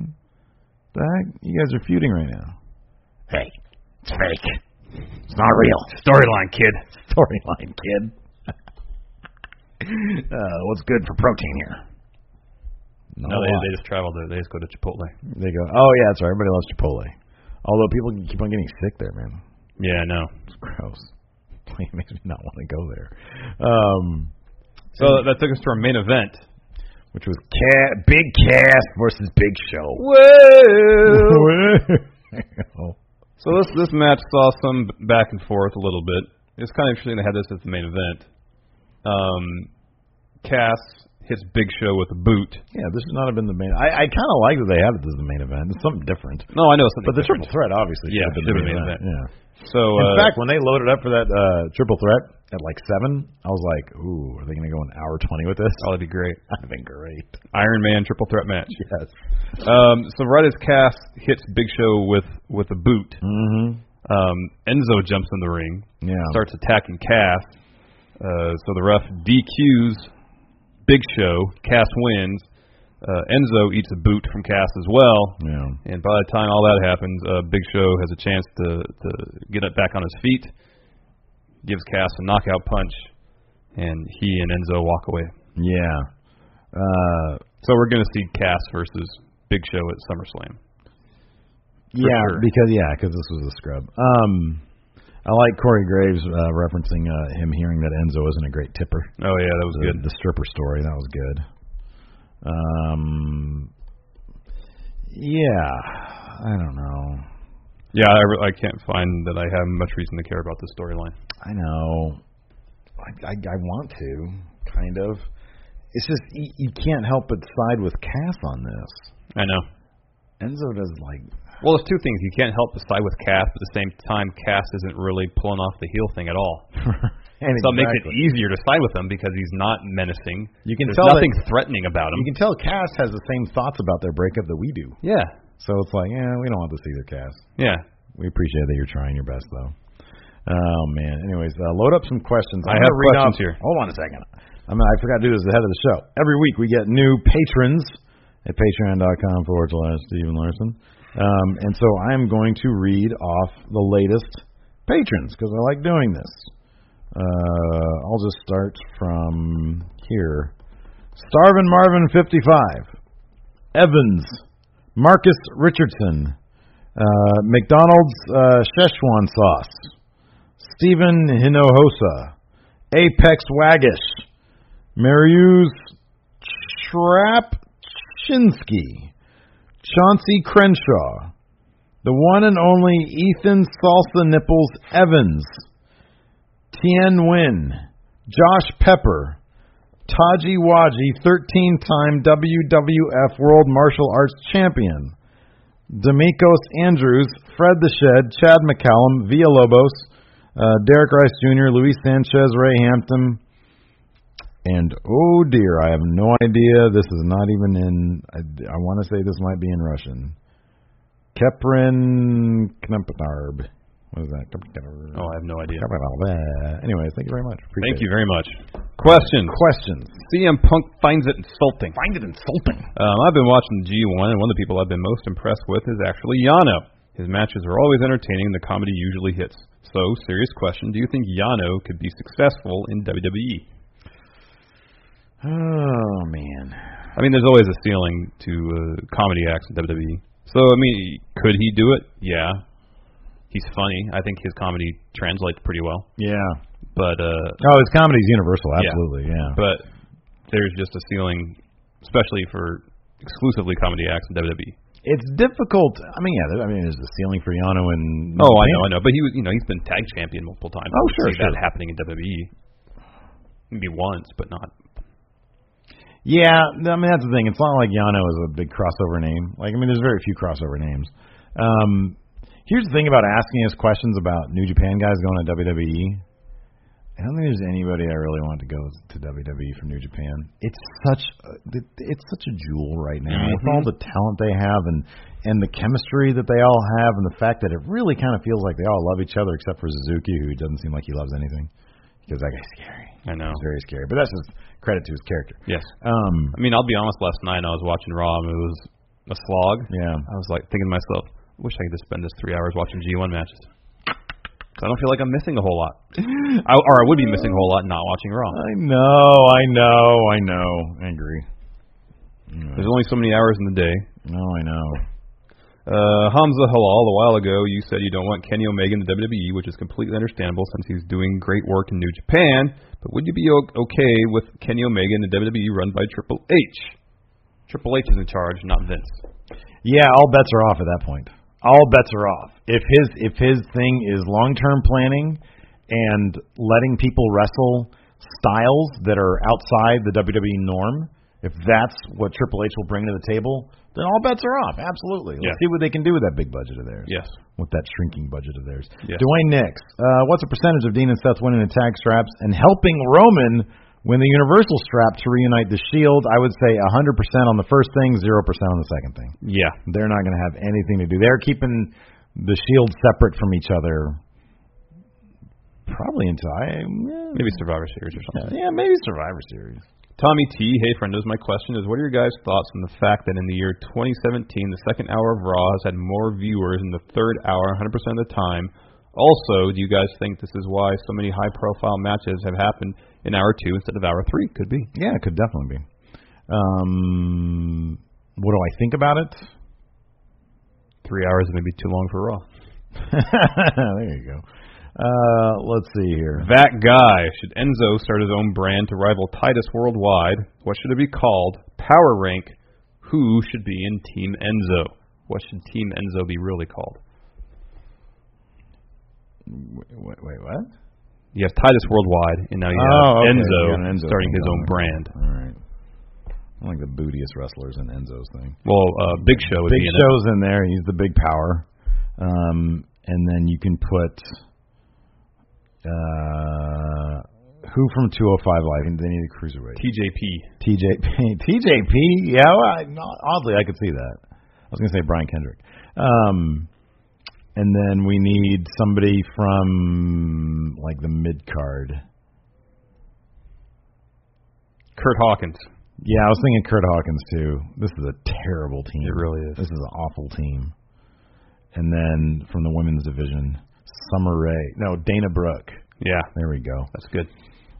[SPEAKER 1] the heck? You guys are feuding right now. Hey, it's fake. It's not real.
[SPEAKER 2] Storyline, kid.
[SPEAKER 1] Storyline, kid. uh, what's good for protein here? Not
[SPEAKER 2] No,
[SPEAKER 1] a
[SPEAKER 2] they,
[SPEAKER 1] lot.
[SPEAKER 2] they just travel there. They just go to Chipotle.
[SPEAKER 1] They go, oh yeah, that's right. Everybody loves Chipotle. Although people keep on getting sick there, man.
[SPEAKER 2] Yeah, I know.
[SPEAKER 1] It's gross. <laughs> It makes me not want to go there. Um,
[SPEAKER 2] So that took us to our main event.
[SPEAKER 1] which was Cat, Big Cass versus Big
[SPEAKER 2] <laughs>
[SPEAKER 1] Show.
[SPEAKER 2] Whoa!
[SPEAKER 1] oh,
[SPEAKER 2] so this this match saw some back and forth a little bit. It's kind of interesting they had this as the main event. Um, Cass hits Big Show with a boot.
[SPEAKER 1] <laughs> yeah, this should not have been the main. I, I kind of like that they had it as the main event. It's something different.
[SPEAKER 2] No, I know something.
[SPEAKER 1] But the
[SPEAKER 2] different.
[SPEAKER 1] triple threat obviously
[SPEAKER 2] Yeah,
[SPEAKER 1] should have been
[SPEAKER 2] should
[SPEAKER 1] the
[SPEAKER 2] have
[SPEAKER 1] main
[SPEAKER 2] been
[SPEAKER 1] event.
[SPEAKER 2] that.
[SPEAKER 1] Yeah.
[SPEAKER 2] So
[SPEAKER 1] In
[SPEAKER 2] uh,
[SPEAKER 1] fact, when they loaded up for that uh, triple threat at like seven, I was like, "Ooh, are they going to go an hour twenty with this?" <laughs>
[SPEAKER 2] oh, that'd be great.
[SPEAKER 1] That'd have been great.
[SPEAKER 2] Iron Man triple threat match.
[SPEAKER 1] Yes.
[SPEAKER 2] Um, so right as Cass hits Big Show with with a boot,
[SPEAKER 1] Mm-hmm.
[SPEAKER 2] um, Enzo jumps in the ring,
[SPEAKER 1] Yeah.
[SPEAKER 2] Um, starts attacking Cass. Uh, so the ref DQs Big Show. Cass wins. Uh, Enzo eats a boot from Cass as well.
[SPEAKER 1] Yeah.
[SPEAKER 2] And by the time all that happens, uh, Big Show has a chance to to get up back on his feet, gives Cass a knockout punch, and he and Enzo walk away.
[SPEAKER 1] Yeah. Uh,
[SPEAKER 2] So we're going to see Cass versus Big Show at SummerSlam.
[SPEAKER 1] yeah,
[SPEAKER 2] sure.
[SPEAKER 1] because yeah, because this was a scrub. Um, I like Corey Graves uh, referencing uh, him hearing that Enzo isn't a great tipper.
[SPEAKER 2] Oh yeah, that was
[SPEAKER 1] The,
[SPEAKER 2] good.
[SPEAKER 1] the stripper story that was good. Um, yeah, I don't know.
[SPEAKER 2] Yeah, I, re- I can't find that I have much reason to care about this storyline.
[SPEAKER 1] I know. I, I, I want to, kind of. It's just you, you can't help but side with Cass on this.
[SPEAKER 2] I know.
[SPEAKER 1] Enzo does like <laughs>
[SPEAKER 2] Well, there's two things you can't help but side with Cass, but at the same time, Cass isn't really pulling off the heel thing at all.
[SPEAKER 1] and
[SPEAKER 2] So it makes it
[SPEAKER 1] exactly.
[SPEAKER 2] easier to side with him because he's not menacing.
[SPEAKER 1] You can
[SPEAKER 2] There's
[SPEAKER 1] tell that-
[SPEAKER 2] nothing threatening about him.
[SPEAKER 1] You can tell Cass has the same thoughts about their breakup that we do.
[SPEAKER 2] yeah,
[SPEAKER 1] So it's like, yeah, we don't want this either, Cass.
[SPEAKER 2] yeah.
[SPEAKER 1] We appreciate that you're trying your best, though. Oh man. Anyways, uh, load up some questions.
[SPEAKER 2] I
[SPEAKER 1] I'm
[SPEAKER 2] have
[SPEAKER 1] gonna read
[SPEAKER 2] questions
[SPEAKER 1] off-
[SPEAKER 2] here.
[SPEAKER 1] Hold on a second. I'm, I forgot to do this ahead of the show. Every week we get new patrons at patreon.com forward slash Stephen Larson. Um, and so I am going to read off the latest patrons because I like doing this. Uh, I'll just start from here. Starvin Marvin 55, Evans, Marcus Richardson, uh, McDonald's uh, Szechuan sauce, Stephen Hinojosa, Apex Waggish, Marius Trapchinsky, Chauncey Crenshaw, the one and only Ethan Salsa Nipples Evans, Tien Nguyen, Josh Pepper, Taji Waji, 13 time WWF World Martial Arts Champion, D'Amicos Andrews, Fred the Shed, Chad McCallum, Villalobos, uh, Derek Rice Jr., Luis Sanchez, Ray Hampton, and oh dear, I have no idea. This is not even in. I, I want to say this might be in Russian. Keprin Knupnarb. What is that? Knupnarb.
[SPEAKER 2] Oh, I have no idea.
[SPEAKER 1] Knupnarb. Anyway, thank you very much. Appreciate
[SPEAKER 2] Thank you
[SPEAKER 1] it.
[SPEAKER 2] very much. Question.
[SPEAKER 1] Questions.
[SPEAKER 2] CM Punk finds it insulting.
[SPEAKER 1] Find it insulting.
[SPEAKER 2] Um, I've been watching G1, and one of the people I've been most impressed with is actually Yano. His matches are always entertaining, and the comedy usually hits. So, serious question: Do you think Yano could be successful in E? WWE?
[SPEAKER 1] Oh man. Oh,
[SPEAKER 2] I mean, there's always a ceiling to uh, comedy acts in WWE. So I mean, could he do it? Yeah. He's funny. I think his comedy translates pretty well.
[SPEAKER 1] Yeah.
[SPEAKER 2] But uh
[SPEAKER 1] Oh, his comedy's universal.
[SPEAKER 2] Yeah.
[SPEAKER 1] Absolutely, yeah.
[SPEAKER 2] but there's just a ceiling especially for exclusively comedy acts in E. WWE.
[SPEAKER 1] it's difficult. I mean, yeah. there- I mean, there's the ceiling for Yano and.
[SPEAKER 2] Oh, I know, I know. But he was, you know, he's been tag champion multiple times.
[SPEAKER 1] Oh,
[SPEAKER 2] I would
[SPEAKER 1] sure,
[SPEAKER 2] see
[SPEAKER 1] sure.
[SPEAKER 2] That happening in WWE. Maybe once, but not.
[SPEAKER 1] Yeah, I mean that's the thing. It's not like Yano is a big crossover name. Like, I mean, there's very few crossover names. Um, here's the thing about asking us questions about New Japan guys going to WWE. I don't think there's anybody I really want to go to WWE from New Japan. It's such a, it's such a jewel right now with all the talent they have and and the chemistry that they all have and the fact that it really kind of feels like they all love each other except for Suzuki who doesn't seem like he loves anything because that guy's scary.
[SPEAKER 2] I know.
[SPEAKER 1] He's very scary, but that's just credit to his character.
[SPEAKER 2] Yes.
[SPEAKER 1] Um,
[SPEAKER 2] I mean, I'll be honest. Last night I was watching Raw and it was a slog.
[SPEAKER 1] yeah.
[SPEAKER 2] I was like thinking to myself, I wish I could just spend this three hours watching G1 matches. 'Cause I don't feel like I'm missing a whole lot. I, or I would be missing a whole lot not watching Raw.
[SPEAKER 1] I know, I know, I know. I agree.
[SPEAKER 2] There's only so many hours in the day.
[SPEAKER 1] No, I know.
[SPEAKER 2] Uh, Hamza Halal, a while ago, you said you don't want Kenny Omega in the WWE, which is completely understandable since he's doing great work in New Japan. But would you be o- okay with Kenny Omega in the WWE run by Triple H? Triple H is in charge, not Vince.
[SPEAKER 1] Yeah, all bets are off at that point. All bets are off. If his if his thing is long term planning and letting people wrestle styles that are outside the WWE norm, if that's what Triple H will bring to the table, then all bets are off. Absolutely. Let's
[SPEAKER 2] Yeah.
[SPEAKER 1] see what they can do with that big budget of theirs.
[SPEAKER 2] Yes.
[SPEAKER 1] With that shrinking budget of theirs.
[SPEAKER 2] Yeah.
[SPEAKER 1] Dwayne Nix, uh, what's the percentage of Dean and Seth winning the tag straps and helping Roman win the Universal strap to reunite the Shield? I would say 100% on the first thing, 0% on the second thing.
[SPEAKER 2] Yeah.
[SPEAKER 1] They're not going to have anything to do. They're keeping the shield separate from each other, probably until I yeah,
[SPEAKER 2] Maybe Survivor Series or something.
[SPEAKER 1] yeah maybe Survivor Series.
[SPEAKER 2] Tommy T, hey friendos, my question is what are your guys' thoughts on the fact that in the year 2017, the second hour of Raw has had more viewers than the third hour 100% of the time? Also, do you guys think this is why so many high profile matches have happened in hour two instead of hour three? Could be.
[SPEAKER 1] Yeah, it could definitely be. Um, what do I think about it? <laughs>
[SPEAKER 2] Three hours is maybe too long for Raw.
[SPEAKER 1] there you go. Uh, let's see here.
[SPEAKER 2] That guy. Should Enzo start his own brand to rival Titus worldwide? What should it be called? Power Rank. Who should be in Team Enzo? What should Team Enzo be really called?
[SPEAKER 1] Wait, wait what?
[SPEAKER 2] You have Titus Worldwide, and now you have
[SPEAKER 1] Oh, okay.
[SPEAKER 2] Enzo,
[SPEAKER 1] You got an Enzo
[SPEAKER 2] starting
[SPEAKER 1] thing
[SPEAKER 2] his own
[SPEAKER 1] going.
[SPEAKER 2] brand.
[SPEAKER 1] All right. I like the bootiest wrestlers in Enzo's thing.
[SPEAKER 2] Well, uh, Big Show would
[SPEAKER 1] Big
[SPEAKER 2] be in it.
[SPEAKER 1] Show's in there. He's the big power. Um, and then you can put uh, who from 205 Live? And they need a cruiserweight.
[SPEAKER 2] TJP.
[SPEAKER 1] <laughs> TJP. TJP. Yeah, well, I, no, oddly, I could see that. I was going to say Brian Kendrick. Um, and then we need somebody from like the mid card.
[SPEAKER 2] Kurt Hawkins.
[SPEAKER 1] Yeah, I was thinking Kurt Hawkins too. This is a terrible team.
[SPEAKER 2] It really is.
[SPEAKER 1] This is an awful team. And then from the women's division, Summer Rae. No, Dana Brooke.
[SPEAKER 2] Yeah,
[SPEAKER 1] There we go.
[SPEAKER 2] that's good.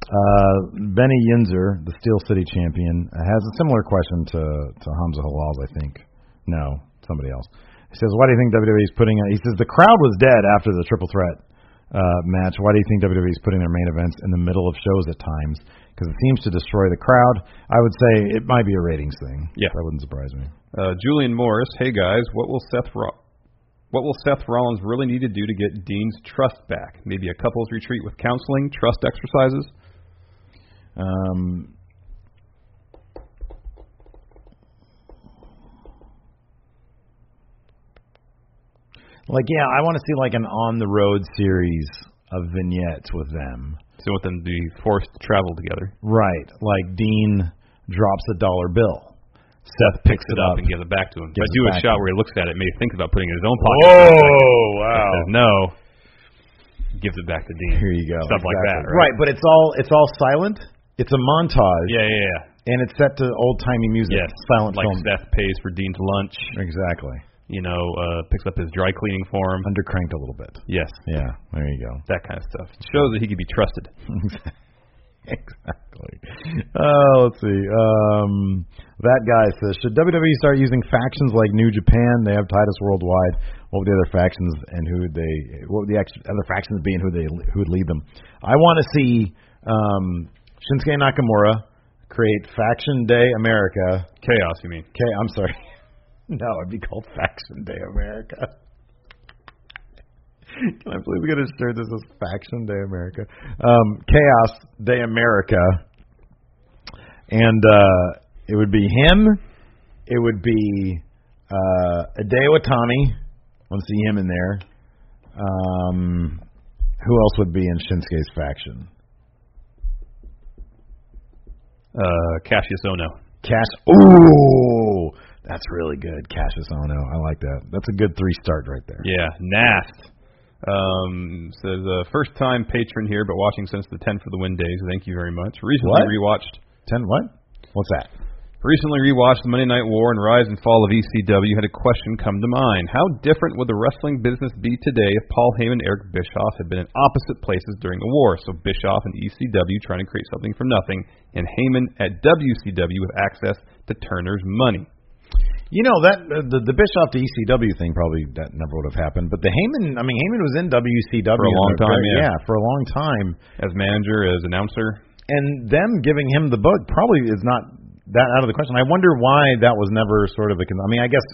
[SPEAKER 1] Uh, Benny Yinzer, the Steel City champion, uh, has a similar question to, to Hamza Halal's, I think. No, somebody else. He says, Why do you think WWE is putting. He says, The crowd was dead after the triple threat uh, match. Why do you think WWE is putting their main events in the middle of shows at times? Because it seems to destroy the crowd. I would say it might be a ratings thing.
[SPEAKER 2] Yeah.
[SPEAKER 1] That wouldn't surprise me.
[SPEAKER 2] Uh, Julian Morris. Hey guys, what will Seth Ro- what will Seth Rollins really need to do to get Dean's trust back? Maybe a couples retreat with counseling, trust exercises.
[SPEAKER 1] Um, like, yeah, I want to see like an on the road series of vignettes with them.
[SPEAKER 2] So want them to be forced to travel together.
[SPEAKER 1] Right. Like Dean drops a dollar bill. Seth picks it up.
[SPEAKER 2] and gives it back to him.
[SPEAKER 1] Gives
[SPEAKER 2] But
[SPEAKER 1] it
[SPEAKER 2] do a
[SPEAKER 1] back to
[SPEAKER 2] shot
[SPEAKER 1] him.
[SPEAKER 2] where he looks at it, maybe thinks about putting it in his own pocket.
[SPEAKER 3] Whoa, wow.
[SPEAKER 2] Says Oh, no. Gives it back to Dean.
[SPEAKER 1] Here you go.
[SPEAKER 2] Stuff like that,
[SPEAKER 1] Exactly.
[SPEAKER 2] right?
[SPEAKER 1] right, but it's all it's all silent. It's a montage
[SPEAKER 2] Yeah, yeah, yeah.
[SPEAKER 1] and it's set to old timey music.
[SPEAKER 2] Yes,
[SPEAKER 1] Silent
[SPEAKER 2] like
[SPEAKER 1] film.
[SPEAKER 2] Seth pays for Dean's lunch.
[SPEAKER 1] Exactly.
[SPEAKER 2] You know, uh, picks up his dry cleaning for him.
[SPEAKER 1] Undercranked a little bit.
[SPEAKER 2] Yes,
[SPEAKER 1] Yeah. There you go.
[SPEAKER 2] that kind of stuff. Shows that he can be trusted.
[SPEAKER 1] <laughs> exactly. Uh, let's see. Um, that guy says, should WWE start using factions like New Japan? They have Titus Worldwide. What would the other factions and who would they? What would the act- other factions be and who they who would lead them? I want to see um, Shinsuke Nakamura create Faction Day America.
[SPEAKER 2] Chaos, you mean?
[SPEAKER 1] Okay, I'm sorry. <laughs> No, it'd be called Faction Day America. <laughs> Can I believe we got a shirt that says Faction Day America? Um, Chaos Day America. And uh, it would be him. It would be uh, Ade Watami. I want to see him in there. Um, who else would be in Shinsuke's faction?
[SPEAKER 2] Uh, Cassius Ono.
[SPEAKER 1] Cash. Ooh, that's really good. Cassius Ono. I like that. That's a good three start right there.
[SPEAKER 2] Yeah, Nast. Um, says uh, first time patron here, but watching since the 10 for the win days. Thank you very much. Recently
[SPEAKER 1] What?
[SPEAKER 2] rewatched.
[SPEAKER 1] Ten what? What's that?
[SPEAKER 2] Recently rewatched the Monday Night War and Rise and Fall of ECW. Had a question come to mind: How different would the wrestling business be today if Paul Heyman and Eric Bischoff had been in opposite places during the war? So Bischoff and ECW trying to create something from nothing, and Heyman at WCW with access to Turner's money.
[SPEAKER 1] You know that uh, the the Bischoff to ECW thing probably that never would have happened. But the Heyman, I mean Heyman was in WCW
[SPEAKER 2] For a long time, yeah.
[SPEAKER 1] for a long time,
[SPEAKER 2] As manager, as announcer,
[SPEAKER 1] and them giving him the book probably is not that out of the question. I wonder why that was never sort of a. con- I mean, I guess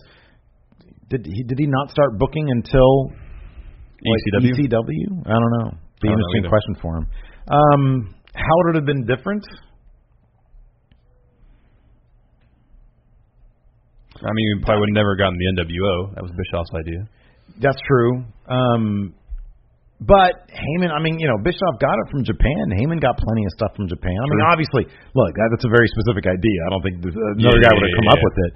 [SPEAKER 1] did he did he not start booking until like,
[SPEAKER 2] ECW.
[SPEAKER 1] ECW? I don't know. Be an
[SPEAKER 2] E I don't know
[SPEAKER 1] interesting
[SPEAKER 2] either.
[SPEAKER 1] question for him. Um, how would it have been different?
[SPEAKER 2] I mean, we probably would never gotten the NWO. That was Bischoff's idea.
[SPEAKER 1] That's true. Um, but Heyman, I mean, you know, Bischoff got it from Japan. Heyman got plenty of stuff from Japan. I mean,
[SPEAKER 2] True.
[SPEAKER 1] obviously, look, that- that's a very specific idea. I don't think th- another
[SPEAKER 2] Yeah,
[SPEAKER 1] guy
[SPEAKER 2] yeah,
[SPEAKER 1] would have
[SPEAKER 2] yeah,
[SPEAKER 1] come up
[SPEAKER 2] yeah.
[SPEAKER 1] with it.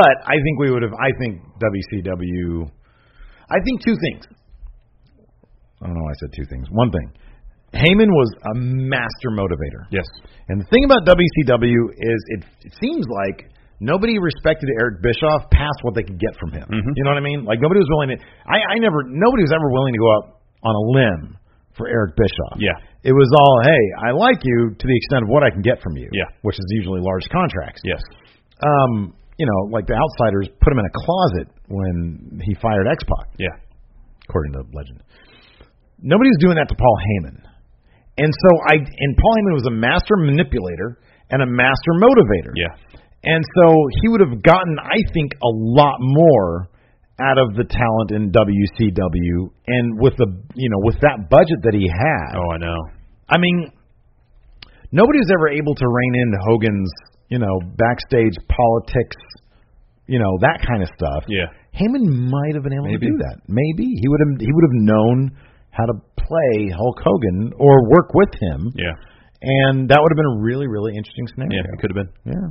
[SPEAKER 1] But I think we would have. I think WCW. I think two things. I don't know why I said two things. One thing, Heyman was a master motivator.
[SPEAKER 2] Yes.
[SPEAKER 1] And the thing about WCW is it, it seems like nobody respected Eric Bischoff past what they could get from him.
[SPEAKER 2] Mm-hmm.
[SPEAKER 1] You know what I mean? Like nobody was willing to I, I never nobody was ever willing to go out on a limb for Eric Bischoff.
[SPEAKER 2] Yeah.
[SPEAKER 1] It was all, hey, I like you to the extent of what I can get from you.
[SPEAKER 2] Yeah.
[SPEAKER 1] Which is usually large contracts.
[SPEAKER 2] Yes.
[SPEAKER 1] Um, you know, like the outsiders put him in a closet when he fired X Pac
[SPEAKER 2] Yeah.
[SPEAKER 1] according to legend. Nobody was doing that to Paul Heyman. And so I and Paul Heyman was a master manipulator and a master motivator.
[SPEAKER 2] Yeah.
[SPEAKER 1] And so he would have gotten, I think, a lot more out of the talent in WCW and with the you know, with that budget that he had.
[SPEAKER 2] Oh, I know.
[SPEAKER 1] I mean, nobody was ever able to rein in Hogan's, you know, backstage politics, you know, that kind of stuff.
[SPEAKER 2] Yeah.
[SPEAKER 1] Heyman might have been able
[SPEAKER 2] Maybe.
[SPEAKER 1] to do that. Maybe he would have he would have known how to play Hulk Hogan or work with him,
[SPEAKER 2] Yeah.
[SPEAKER 1] and that would have been a really really interesting
[SPEAKER 2] Yeah.
[SPEAKER 1] scenario.
[SPEAKER 2] It could have been.
[SPEAKER 1] Yeah.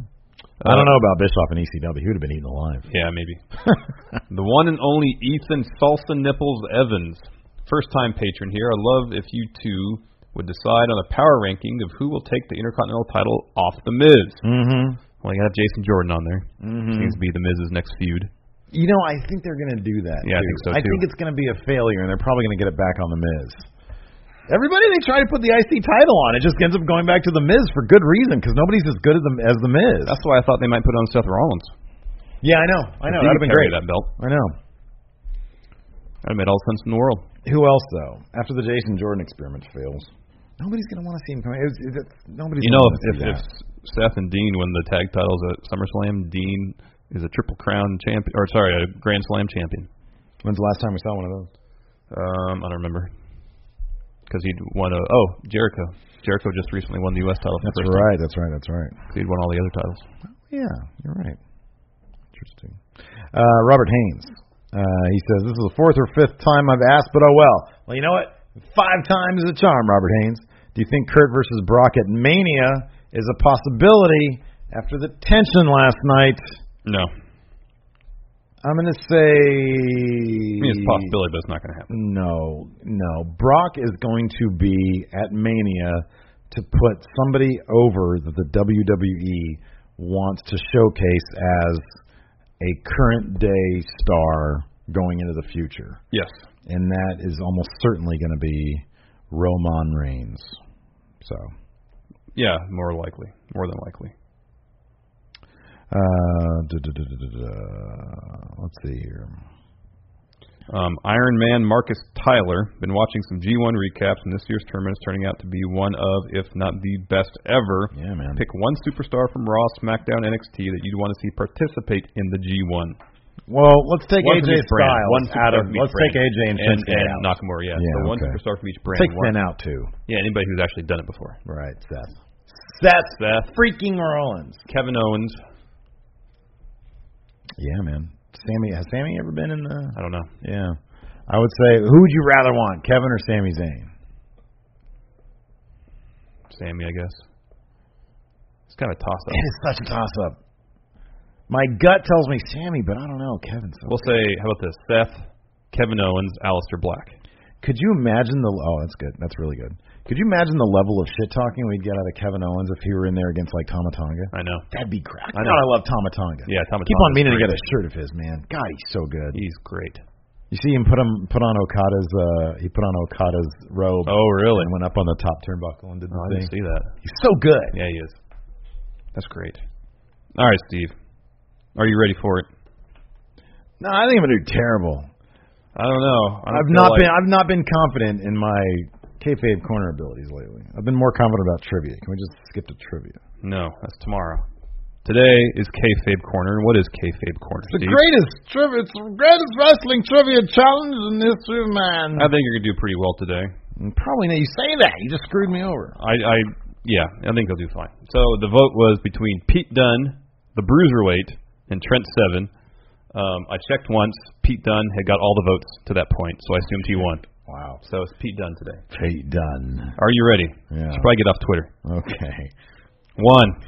[SPEAKER 1] Uh, I don't know about Bischoff and ECW. He would have been eaten alive.
[SPEAKER 2] Yeah, <laughs> maybe. the one and only Ethan Salsa Nipples Evans, first time patron here. I love if you two would decide on a power ranking of who will take the Intercontinental title off the Miz. Mm-hmm.
[SPEAKER 1] Mm-hmm.
[SPEAKER 2] Mm. Well, you gotta have Jason Jordan on there. Seems to be the Miz's next feud.
[SPEAKER 1] You know, I think they're going to do that.
[SPEAKER 2] Yeah, I
[SPEAKER 1] too.
[SPEAKER 2] think so,
[SPEAKER 1] I
[SPEAKER 2] too.
[SPEAKER 1] think it's going to be a failure, and they're probably going to get it back on the Miz. Everybody they try to put the IC title on, it just ends up going back to the Miz for good reason because nobody's as good as the as the Miz.
[SPEAKER 2] That's why I thought they might put on Seth Rollins.
[SPEAKER 1] yeah, I know, I know. That'd
[SPEAKER 2] If he could
[SPEAKER 1] have been
[SPEAKER 2] carry
[SPEAKER 1] great.
[SPEAKER 2] That belt.
[SPEAKER 1] I know.
[SPEAKER 2] That'd made all the sense in the world.
[SPEAKER 1] Who else though? After the Jason Jordan experiment fails, nobody's going to want to see him come. It's, it's, it's, nobody's.
[SPEAKER 2] You know,
[SPEAKER 1] gonna
[SPEAKER 2] if,
[SPEAKER 1] wanna
[SPEAKER 2] if, if
[SPEAKER 1] see
[SPEAKER 2] Seth and Dean win the tag titles at SummerSlam, Dean is a Triple Crown champion, or sorry, a Grand Slam champion.
[SPEAKER 1] that. when's the last time we saw one of those?
[SPEAKER 2] Um, I don't remember. Because he'd won a oh Jericho. Jericho just recently won the U.S. title. For the
[SPEAKER 1] That's
[SPEAKER 2] first
[SPEAKER 1] right. That's right. That's right.
[SPEAKER 2] time. He'd won all the other titles.
[SPEAKER 1] Yeah, you're right. Interesting. Uh, Robert Haynes. Uh, he says this is the fourth or fifth time I've asked, but oh well. Well, you know what? Five times is a charm, Robert Haynes. Do you think Kurt versus Brock at Mania is a possibility after the tension last night?
[SPEAKER 2] No,
[SPEAKER 1] I'm going to say
[SPEAKER 2] I mean, it's a possibility, but it's not going to happen.
[SPEAKER 1] no, no. Brock is going to be at Mania to put somebody over that the WWE wants to showcase as a current day star going into the future.
[SPEAKER 2] Yes.
[SPEAKER 1] And that is almost certainly going to be Roman Reigns. So,
[SPEAKER 2] Yeah, more likely, more than likely.
[SPEAKER 1] Uh, duh, duh, duh, duh, duh, duh. Let's see here.
[SPEAKER 2] Um, Iron Man Marcus Tyler. Been watching some G1 recaps, and this year's tournament is turning out to be one of, if not the best ever.
[SPEAKER 1] Yeah, man.
[SPEAKER 2] Pick one superstar from Raw, SmackDown, NXT that you'd want to see participate in the G1.
[SPEAKER 1] Well, let's take
[SPEAKER 2] One from
[SPEAKER 1] AJ
[SPEAKER 2] each brand.
[SPEAKER 1] Styles
[SPEAKER 2] One superstar
[SPEAKER 1] out of.
[SPEAKER 2] from
[SPEAKER 1] Let's
[SPEAKER 2] each brand.
[SPEAKER 1] take AJ and,
[SPEAKER 2] and,
[SPEAKER 1] Shinsuke
[SPEAKER 2] and
[SPEAKER 1] out.
[SPEAKER 2] Nakamura. Yeah,
[SPEAKER 1] Yeah,
[SPEAKER 2] so one
[SPEAKER 1] okay.
[SPEAKER 2] superstar from each brand.
[SPEAKER 1] Take
[SPEAKER 2] one,
[SPEAKER 1] Finn out too.
[SPEAKER 2] Yeah, anybody who's actually done it before.
[SPEAKER 1] Right, Seth. Seth
[SPEAKER 2] Seth,
[SPEAKER 1] freaking Rollins.
[SPEAKER 2] Kevin Owens.
[SPEAKER 1] Yeah, man. Sammy has Sammy ever been in the?
[SPEAKER 2] I don't know.
[SPEAKER 1] Yeah, I would say who would you rather want, Kevin or Sami Zayn?
[SPEAKER 2] Sammy, I guess. It's kind of a toss up.
[SPEAKER 1] It is such a toss up. My gut tells me Sammy, but I don't know. Kevin's. so-
[SPEAKER 2] We'll say, how about this? Seth, Kevin Owens, Alistair Black.
[SPEAKER 1] Could you imagine the? Oh, that's good. That's really good. Could you imagine the level of shit talking we'd get out of Kevin Owens if he were in there against like Tama Tonga?
[SPEAKER 2] I know.
[SPEAKER 1] That'd be great. I
[SPEAKER 2] I know.
[SPEAKER 1] God, I love Tama Tonga.
[SPEAKER 2] Yeah, Tama
[SPEAKER 1] Keep on
[SPEAKER 2] Tonga's
[SPEAKER 1] meaning to get
[SPEAKER 2] great.
[SPEAKER 1] a shirt of his, man. God, he's so good.
[SPEAKER 2] He's great.
[SPEAKER 1] You see him put him put on Okada's. uh He put on Okada's robe.
[SPEAKER 2] Oh, really?
[SPEAKER 1] And went up on the top turnbuckle and did the
[SPEAKER 2] I
[SPEAKER 1] thing.
[SPEAKER 2] didn't see that.
[SPEAKER 1] He's Oh, so good.
[SPEAKER 2] Yeah, he is. That's great. All right, Steve. Are you ready for it?
[SPEAKER 1] No, I think I'm gonna do terrible.
[SPEAKER 2] I don't know. I don't
[SPEAKER 1] I've
[SPEAKER 2] feel
[SPEAKER 1] not
[SPEAKER 2] like-
[SPEAKER 1] been I've not been confident in my kayfabe corner abilities lately. I've been more confident about trivia. Can we just skip to trivia?
[SPEAKER 2] No, that's tomorrow. Today is kayfabe corner. And What is kayfabe corner? Steve?
[SPEAKER 1] greatest trivia. It's the greatest wrestling trivia challenge in the history of man.
[SPEAKER 2] I think you're gonna do pretty well today.
[SPEAKER 1] Probably not. You say that. You just screwed me over.
[SPEAKER 2] I, I, yeah, I think they'll do fine. So the vote was between Pete Dunn, the Bruiserweight, and Trent Seven. Um, I checked once. Pete Dunn had got all the votes to that point, so I assumed he won.
[SPEAKER 1] Wow.
[SPEAKER 2] So it's Pete Dunn today.
[SPEAKER 1] Pete Dunn.
[SPEAKER 2] Are you ready?
[SPEAKER 1] Yeah.
[SPEAKER 2] Should probably get off Twitter.
[SPEAKER 1] Okay. <laughs>
[SPEAKER 2] One.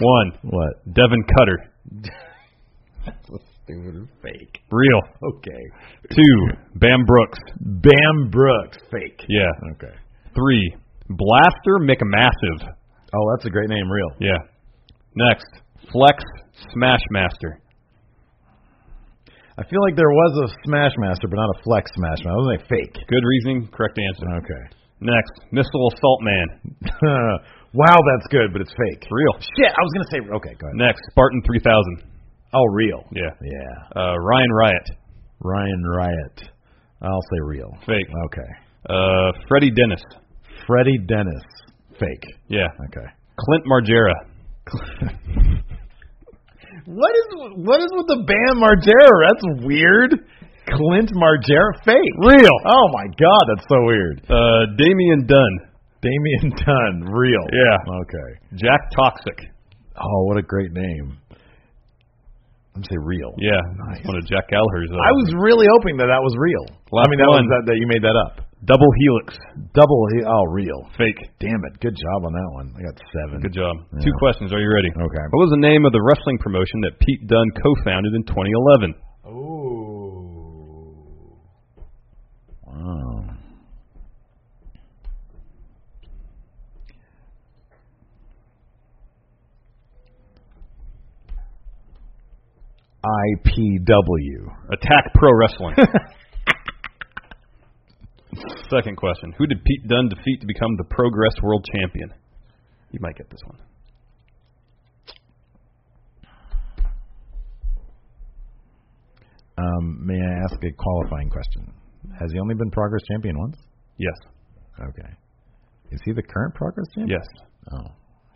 [SPEAKER 2] One.
[SPEAKER 1] What?
[SPEAKER 2] Devin Cutter.
[SPEAKER 1] Stupid <laughs> fake.
[SPEAKER 2] Real.
[SPEAKER 1] Okay.
[SPEAKER 2] Two. Bam Brooks.
[SPEAKER 1] Bam Brooks. Fake.
[SPEAKER 2] Yeah.
[SPEAKER 1] Okay.
[SPEAKER 2] Three. Blaster McMassive.
[SPEAKER 1] Oh, that's a great name. Real.
[SPEAKER 2] Yeah. Next. Flex Smashmaster.
[SPEAKER 1] I feel like there was a Smash Master, but not a Flex Smash Master. I was like fake.
[SPEAKER 2] Good reasoning. Correct answer.
[SPEAKER 1] Okay.
[SPEAKER 2] Next. Missile Assault Man.
[SPEAKER 1] <laughs>
[SPEAKER 2] <laughs>
[SPEAKER 1] wow, that's good, but it's fake.
[SPEAKER 2] Real.
[SPEAKER 1] Shit, I was gonna say okay, go ahead.
[SPEAKER 2] Next. Spartan 3000.
[SPEAKER 1] Oh, real.
[SPEAKER 2] Yeah.
[SPEAKER 1] Yeah,
[SPEAKER 2] Uh, Ryan Riot.
[SPEAKER 1] Ryan Riot. I'll say real.
[SPEAKER 2] Fake.
[SPEAKER 1] Okay.
[SPEAKER 2] Uh, Freddie Dennis.
[SPEAKER 1] Freddie Dennis. Fake.
[SPEAKER 2] Yeah.
[SPEAKER 1] Okay.
[SPEAKER 2] Clint Margera.
[SPEAKER 1] What is what is with the band Margera? That's weird. Clint Margera. Fake. Real. Oh my god, that's so weird.
[SPEAKER 2] Uh, Damian Dunn.
[SPEAKER 1] Damien Dunn. Real.
[SPEAKER 2] Yeah.
[SPEAKER 1] Okay.
[SPEAKER 2] Jack Toxic.
[SPEAKER 1] Oh, what a great name. I'm gonna say real.
[SPEAKER 2] Yeah.
[SPEAKER 1] Nice.
[SPEAKER 2] One of Jack Gallagher's. Uh,
[SPEAKER 1] I was really hoping that that was real. I
[SPEAKER 2] Last
[SPEAKER 1] mean, that was
[SPEAKER 2] one.
[SPEAKER 1] that, that you made that up.
[SPEAKER 2] Double Helix.
[SPEAKER 1] Double. he- Oh, real.
[SPEAKER 2] Fake.
[SPEAKER 1] Damn it. Good job on that one. I got seven.
[SPEAKER 2] Good job.
[SPEAKER 1] Yeah.
[SPEAKER 2] Two questions. Are you ready?
[SPEAKER 1] Okay.
[SPEAKER 2] What was the name of the wrestling promotion that Pete Dunne co-founded in 2011?
[SPEAKER 1] Oh. Wow. IPW.
[SPEAKER 2] Attack Pro
[SPEAKER 1] <laughs>
[SPEAKER 2] Wrestling. Second question. Who did Pete Dunne defeat to become the Progress World Champion? You might get this one.
[SPEAKER 1] Um, may I ask a qualifying question? Has he only been Progress Champion once?
[SPEAKER 2] Yes.
[SPEAKER 1] Okay. Is he the current Progress Champion?
[SPEAKER 2] Yes.
[SPEAKER 1] Oh,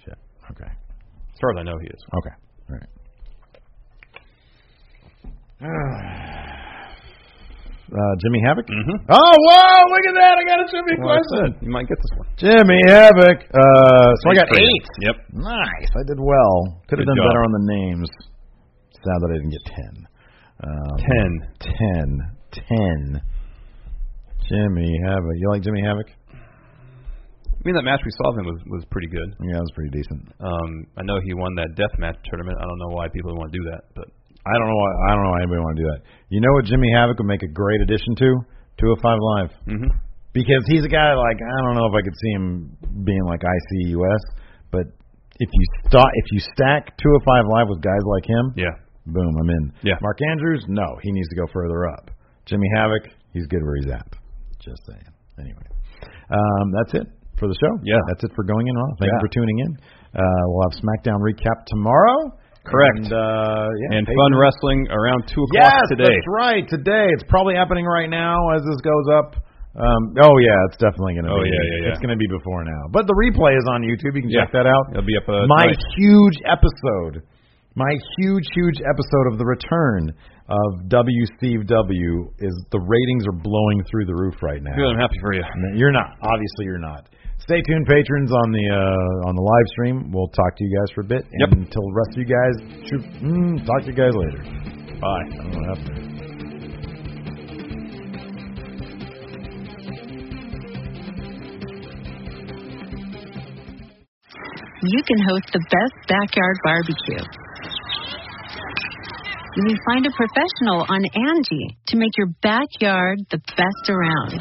[SPEAKER 1] shit. Okay.
[SPEAKER 2] As far as I know, he is.
[SPEAKER 1] Okay. All right. <sighs> Uh, Jimmy Havoc?
[SPEAKER 2] Mm-hmm.
[SPEAKER 1] Oh, wow! Look at that! I got a trivia question!
[SPEAKER 2] You might get this one.
[SPEAKER 1] Jimmy Havoc. Uh, so I got
[SPEAKER 2] Thanks, Brady.
[SPEAKER 1] eight.
[SPEAKER 2] Yep.
[SPEAKER 1] Nice. I did well. Could have
[SPEAKER 2] Good
[SPEAKER 1] done
[SPEAKER 2] job.
[SPEAKER 1] better on the names. Sad that I didn't get ten. Um,
[SPEAKER 2] Ten.
[SPEAKER 1] Ten. Ten. Jimmy Havoc. You like Jimmy Havoc?
[SPEAKER 2] I mean, that match we saw of him was, was pretty good.
[SPEAKER 1] Yeah, that was pretty decent.
[SPEAKER 2] Um, I know he won that death match tournament. I don't know why people want to do that, but
[SPEAKER 1] I don't know why. I don't know why anybody want to do that. You know what Jimmy Havoc would make a great addition to? Two of Five Live.
[SPEAKER 2] mm-hmm.
[SPEAKER 1] because he's a guy like I don't know if I could see him being like ICUS, but if you sta if you stack two of five live with guys like him,
[SPEAKER 2] yeah.
[SPEAKER 1] boom, I'm in.
[SPEAKER 2] Yeah.
[SPEAKER 1] Mark Andrews, no, he needs to go further up. Jimmy Havoc, he's good where he's at. Just saying. Anyway, um, that's it. for the show.
[SPEAKER 2] Yeah.
[SPEAKER 1] That's it for Going In Raw. Thank you
[SPEAKER 2] Yeah.
[SPEAKER 1] for tuning in. Uh, we'll have SmackDown recap tomorrow. And,
[SPEAKER 2] Correct.
[SPEAKER 1] uh, yeah,
[SPEAKER 2] And
[SPEAKER 1] pay-
[SPEAKER 2] fun wrestling around two o'clock
[SPEAKER 1] Yes,
[SPEAKER 2] today.
[SPEAKER 1] that's right. Today, it's probably happening right now as this goes up. Um, oh yeah, it's definitely gonna.
[SPEAKER 2] Oh,
[SPEAKER 1] be,
[SPEAKER 2] yeah, yeah, yeah.
[SPEAKER 1] It's gonna be before now, but the replay is on YouTube. You can check
[SPEAKER 2] Yeah.
[SPEAKER 1] that out.
[SPEAKER 2] It'll be up. Uh,
[SPEAKER 1] my
[SPEAKER 2] tonight.
[SPEAKER 1] huge episode, my huge huge episode of the return of WCW is the ratings are blowing through the roof right now.
[SPEAKER 2] Good. I'm happy for you.
[SPEAKER 1] No, You're not. Obviously, you're not. Stay tuned, patrons, on the uh, on the live stream. We'll talk to you guys for a bit.
[SPEAKER 2] Yep.
[SPEAKER 1] And until the rest of you guys, shoot, mm, talk to you guys later. Bye. I'm going up there.
[SPEAKER 4] you can host the best backyard barbecue. When you find a professional on Angie to make your backyard the best around.